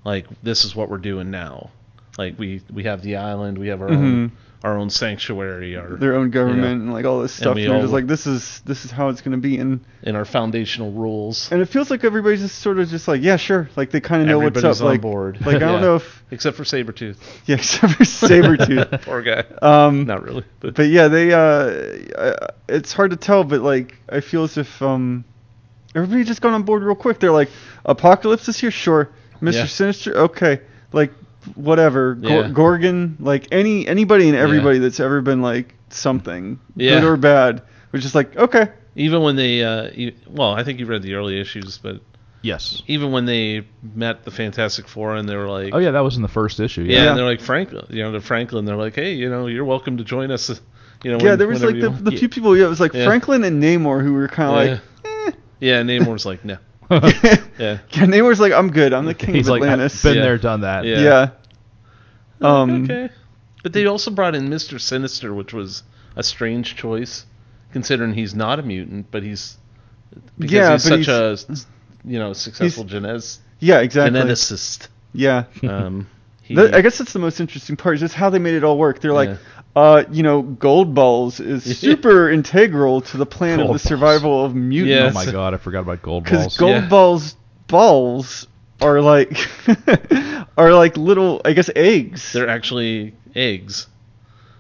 S3: like this is what we're doing now like we we have the island we have our own our own sanctuary our
S4: their own government and like all this stuff
S3: we
S4: and they're
S3: all-
S4: just like this is this is how it's going to be and
S3: and our foundational rules
S4: and it feels like everybody's just sort of just like yeah sure like they kind of know what's up
S3: Everybody's on
S4: like
S3: board.
S4: like i
S3: Yeah.
S4: don't know if
S3: except for sabretooth
S4: yeah except for sabretooth
S3: poor guy
S4: um
S3: not really but
S4: but yeah they uh I- it's hard to tell but like i feel as if um everybody just got on board real quick they're like apocalypse is here sure mr
S3: Yeah.
S4: sinister okay like whatever Gor-
S3: Yeah.
S4: gorgon like any anybody and everybody that's ever been like something
S3: Yeah.
S4: good or bad was just like okay
S3: even when they uh e- well i think you read the early issues but
S2: Yes.
S3: even when they met the fantastic four and they were like
S2: Oh yeah, that was in the first issue.
S3: Yeah,
S2: Yeah.
S4: Yeah.
S3: and they're like Franklin, you know, to Franklin. They're like, hey, you know, you're welcome to join us. uh, You know,
S4: yeah
S3: when-
S4: there was
S3: whenever
S4: like
S3: you
S4: the,
S3: want."
S4: the few people yeah it was like
S3: Yeah.
S4: franklin and namor who were kind of like
S3: yeah, and Namor's like, no,
S4: eh.
S3: yeah,
S4: yeah namor's like i'm good i'm the king
S2: He's
S4: of
S2: like, I've
S4: atlantis
S2: been
S3: Yeah.
S2: there, done that.
S3: Yeah.
S4: yeah, um
S3: okay. But they also brought in Mister Sinister, which was a strange choice, considering he's not a mutant, but he's because
S4: Yeah,
S3: he's
S4: but
S3: such
S4: he's-
S3: a you know successful genes-
S4: yeah exactly
S3: geneticist.
S4: yeah
S3: Um, he,
S4: Th- I guess that's the most interesting part is just how they made it all work. They're like,
S3: Yeah.
S4: uh, you know, gold balls is super integral to the plan
S2: Gold
S4: of the
S2: balls.
S4: survival of
S2: Oh
S3: Yeah.
S4: mutants.
S2: my
S3: Yes.
S2: god, I forgot about gold
S4: Because
S2: balls.
S4: gold
S3: Yeah.
S4: balls balls are like are like little, I guess, eggs
S3: they're actually eggs.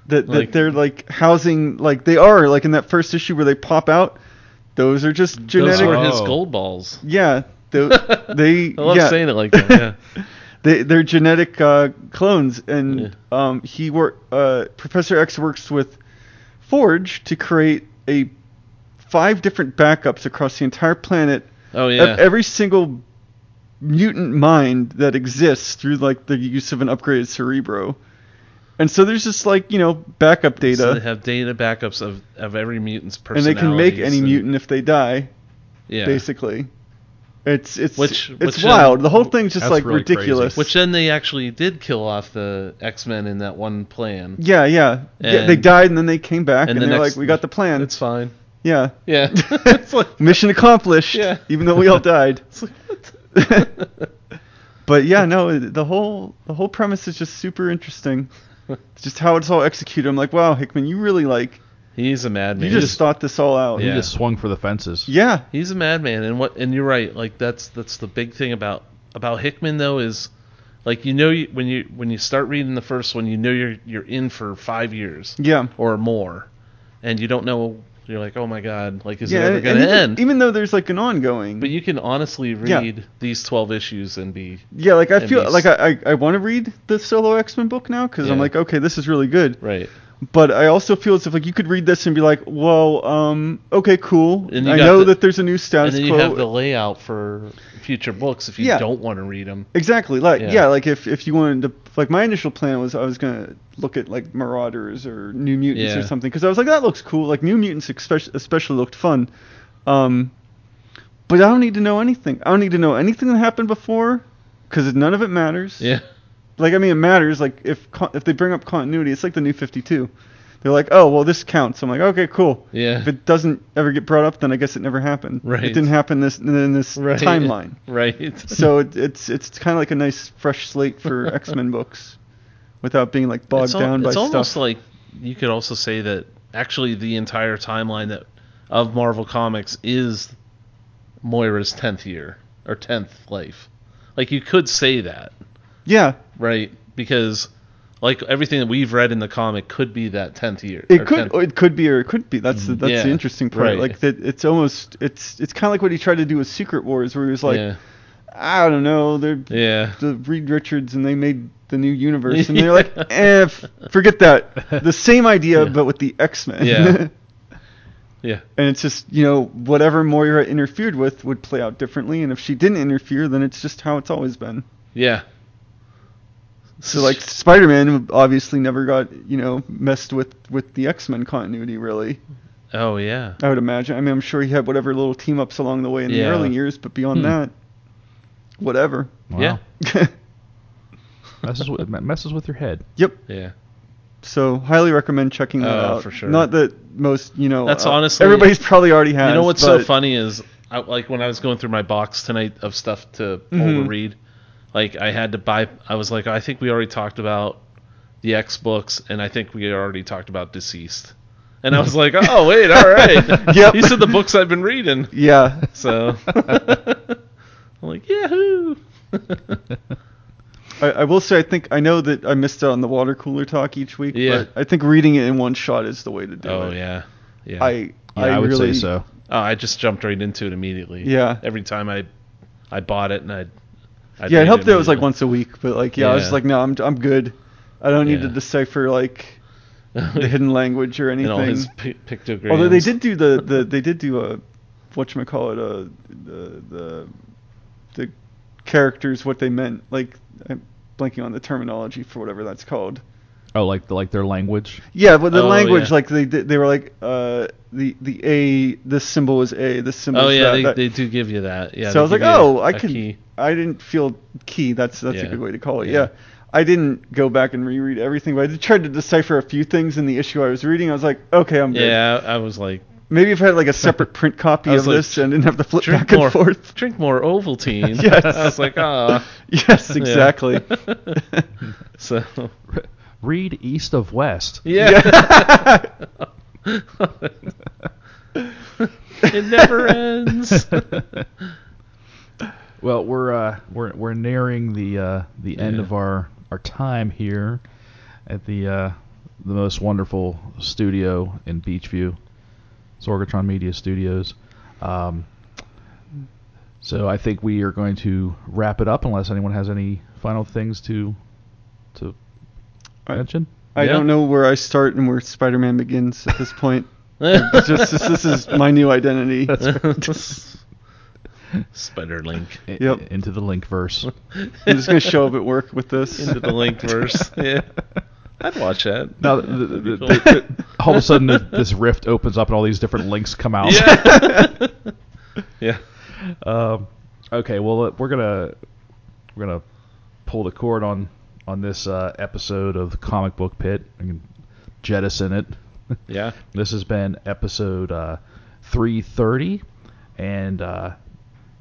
S4: that, that
S3: like-
S4: they're like housing. Like they are like in that first issue where they pop out. Those are just genetic.
S3: Those were his
S2: Oh.
S3: gold balls.
S4: yeah. They, they
S3: I love
S4: yeah.
S3: saying it like that. Yeah.
S4: they, they're genetic uh, clones, and
S3: Yeah.
S4: um, he work. Uh, Professor X works with Forge to create a five different backups across the entire planet
S3: Oh yeah.
S4: of every single mutant mind that exists through like the use of an upgraded Cerebro. And so there's just like you know backup data,
S3: So they have data backups of, of every mutant's
S4: and
S3: personality.
S4: they can make any mutant if they die,
S3: yeah.
S4: basically. It's it's
S3: Which-
S4: it's
S3: which, uh,
S4: wild. the whole thing's just
S2: that's
S4: like
S2: really
S4: ridiculous.
S2: crazy.
S3: Which then they actually did kill off the X Men in that one plan.
S4: yeah, yeah, yeah. They
S3: And-
S4: died and then they came back and,
S3: and the
S4: they're
S3: next-
S4: like, "We got the plan."
S3: It's fine.
S4: yeah,
S3: Yeah. it's like,
S4: mission accomplished.
S3: Yeah.
S4: even though we all died.
S3: it's like what?
S4: But yeah, no, the whole the whole premise is just super interesting. It's just how it's all executed. I'm like, wow, Hickman, you really like
S3: He's a madman.
S4: you just, thought this all out.
S2: He
S3: Yeah.
S2: just swung for the fences.
S4: Yeah.
S3: He's a madman, and what? And you're right. Like that's that's the big thing about about Hickman though is, like you know you, when you when you start reading the first one, you know you're you're in for five years
S4: Yeah.
S3: or more, and you don't know. You're like, oh my god, like is
S4: yeah,
S3: it ever
S4: and
S3: going to
S4: even,
S3: end?
S4: even though there's like an ongoing.
S3: but you can honestly
S4: Yeah.
S3: read these twelve issues and be
S4: yeah, like I
S3: and
S4: feel
S3: these-
S4: like I, I, I want to read the solo X Men book now because I'm
S3: Yeah.
S4: like, okay, this is really good.
S3: right.
S4: But I also feel as if like you could read this and be like, well, um, okay, cool.
S3: And you
S4: I
S3: got
S4: know
S3: the-
S4: that there's a new status
S3: and then you
S4: quo.
S3: have the layout for future books if you
S4: Yeah.
S3: don't want to read them.
S4: Exactly. Like yeah.
S3: Yeah.
S4: like if if you wanted to like my initial plan was I was gonna look at like Marauders or New Mutants or
S3: Yeah.
S4: something because I was like that looks cool. Like New Mutants especially, especially looked fun. Um, but I don't need to know anything. I don't need to know anything that happened before because none of it matters.
S3: Yeah.
S4: Like I mean it matters. Like if con- if they bring up continuity, it's like the New Fifty Two. They're like, oh well, this counts. I'm like, okay, cool.
S3: Yeah.
S4: If it doesn't ever get brought up, then I guess it never happened.
S3: Right.
S4: It didn't happen this in this
S3: Right.
S4: timeline
S3: right.
S4: so it, it's it's kind of like a nice fresh slate for X Men books, without being like bogged
S3: it's al-
S4: down by
S3: it's almost
S4: stuff.
S3: like you could also say that actually the entire timeline that of Marvel Comics is Moira's tenth year or tenth life. Like you could say that,
S4: yeah,
S3: right? Because like everything that we've read in the comic could be that tenth year.
S4: it
S3: or
S4: could
S3: 10th
S4: or it could be or it could be. That's the, that's the
S3: Yeah,
S4: interesting part.
S3: right.
S4: Like that, it's almost it's it's kind of like what he tried to do with Secret Wars, where he was like,
S3: yeah,
S4: I don't know, they're
S3: yeah,
S4: the Reed Richards and they made the new universe, and they're like, eh, f- forget that. The same idea,
S3: Yeah.
S4: but with the X Men.
S3: Yeah. yeah.
S4: And it's just, you know, whatever Moira interfered with would play out differently. And if she didn't interfere, then it's just how it's always been.
S3: yeah.
S4: So like Spider-Man obviously never got you know messed with with the X-Men continuity really.
S3: oh yeah,
S4: I would imagine. I mean, I'm sure he had whatever little team-ups along the way in
S3: Yeah.
S4: the early years, but beyond
S3: Hmm.
S4: that, whatever.
S3: yeah,
S2: messes with messes with your head.
S4: yep.
S3: yeah.
S4: So highly recommend checking that
S3: Oh,
S4: out.
S3: for sure.
S4: Not that most you know. uh,
S3: That's honestly-
S4: everybody's probably already has.
S3: You know what's so
S4: but-
S3: funny is, I, like when I was going through my box tonight of stuff to pull
S4: Mhm.
S3: to read, like I had to buy. I was like, I think we already talked about the X books, and I think we already talked about deceased. And I was like, oh wait, all right.
S4: Yep.
S3: These are the books I've been reading.
S4: Yeah.
S3: So I'm like, yahoo.
S4: I, I will say I think I know that I missed out on the water cooler talk each week.
S3: Yeah.
S4: But I think reading it in one shot is the way to do
S3: oh
S4: it.
S3: yeah, yeah.
S4: I
S2: Yeah,
S4: I,
S2: I, would
S4: really,
S2: say so.
S3: oh, I just jumped right into it immediately.
S4: Yeah.
S3: Every time I, I bought it and I. I'd
S4: yeah,
S3: read
S4: it helped that it was like
S3: immediately.
S4: once a week, but like yeah, I was
S3: Yeah.
S4: like, no, I'm I'm good. I don't need to
S3: Yeah.
S4: decipher like the hidden language or anything.
S3: and all his pi- pictograms.
S4: Although they did do the, the they did do a what you call it a the the the characters what they meant like I'm blanking on the terminology for whatever that's called.
S2: Oh, like like their language.
S4: Yeah, but the
S3: Oh,
S4: language
S3: yeah.
S4: like they did- they were like uh the the a this symbol is a this symbol
S3: Oh
S4: is
S3: yeah,
S4: that,
S3: they,
S4: that.
S3: they do give you that. Yeah.
S4: so I
S3: they
S4: was like,
S3: give you
S4: oh,
S3: a
S4: I can.
S3: key.
S4: I didn't feel key. That's that's a
S3: Yeah.
S4: good way to call it. Yeah.
S3: Yeah.
S4: I didn't go back and reread everything, but I did- tried to decipher a few things in the issue I was reading. I was like, okay, I'm good.
S3: Yeah, I I was like,
S4: Maybe if I had like a separate print copy
S3: I
S4: of
S3: was like,
S4: this and didn't have to flip
S3: drink
S4: back and
S3: more.
S4: forth.
S3: drink more Ovaltine.
S4: Yes.
S3: I was like, ah.
S4: Yes, exactly.
S3: so.
S2: Read east of west.
S3: Yeah. it never ends.
S2: Well, we're uh, we're we're nearing the uh, the end
S3: Yeah.
S2: of our our time here at the uh, the most wonderful studio in Beachview, Sorgatron Media Studios. Um, so I think we are going to wrap it up unless anyone has any final things to to
S4: I-
S2: mention.
S4: I
S3: Yeah.
S4: don't know where I start and where Spider-Man begins at this point. It's just this, this is my new identity.
S3: Spider Link
S2: I-
S4: Yep.
S2: Into the link verse.
S4: I'm just gonna show up at work with this.
S3: into the Link verse. Yeah. I'd watch that.
S2: Now, the, the, the,
S3: That'd be
S2: the- the- all of a sudden, th- this rift opens up and all these different links come out.
S3: Yeah. yeah.
S2: Um, Okay, well uh, we're gonna we're gonna pull the cord on on this uh, episode of the Comic Book Pit and jettison it.
S3: Yeah.
S2: This has been episode uh, 330, and uh,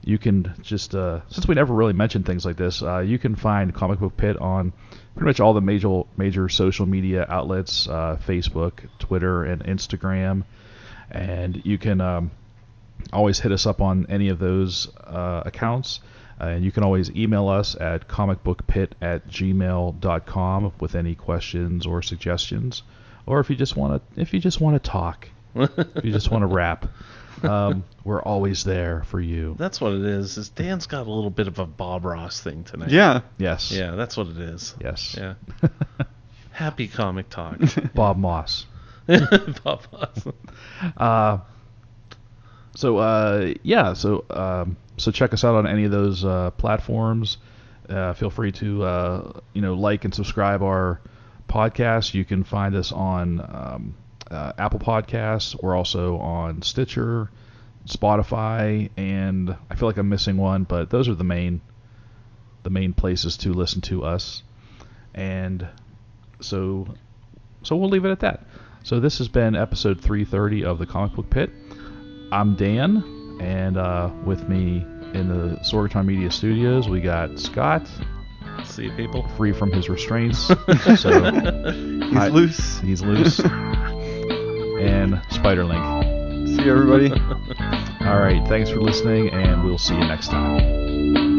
S2: you can just uh, since we never really mentioned things like this, uh, you can find Comic Book Pit on pretty much all the major major social media outlets: uh, Facebook, Twitter, and Instagram. And you can um, always hit us up on any of those uh, accounts. And you can always email us at comicbookpit at gmail.com with any questions or suggestions. Or if you just want to, if you just want to talk, if you just want to rap, um, we're always there for you.
S3: That's what it is. Is Dan's got a little bit of a Bob Ross thing tonight.
S4: Yeah.
S2: Yes.
S3: Yeah, that's what it is.
S2: Yes.
S3: Yeah. Happy comic talk.
S2: Bob Moss.
S3: Bob Ross.
S2: Uh, so uh, yeah, so um, so check us out on any of those uh, platforms. Uh, feel free to uh, you know like and subscribe our podcast. You can find us on um, uh, Apple Podcasts. We're also on Stitcher, Spotify, and I feel like I'm missing one, but those are the main the main places to listen to us. And so so we'll leave it at that. So this has been episode 330 of the Comic Book Pit. I'm Dan, and uh, with me in the Sorgatron Media Studios, we got Scott,
S3: See you people.
S2: free from his restraints, so
S4: He's
S2: I-
S4: loose.
S2: he's loose, and Spiderlink.
S4: See you, everybody.
S2: All right, thanks for listening, and we'll see you next time.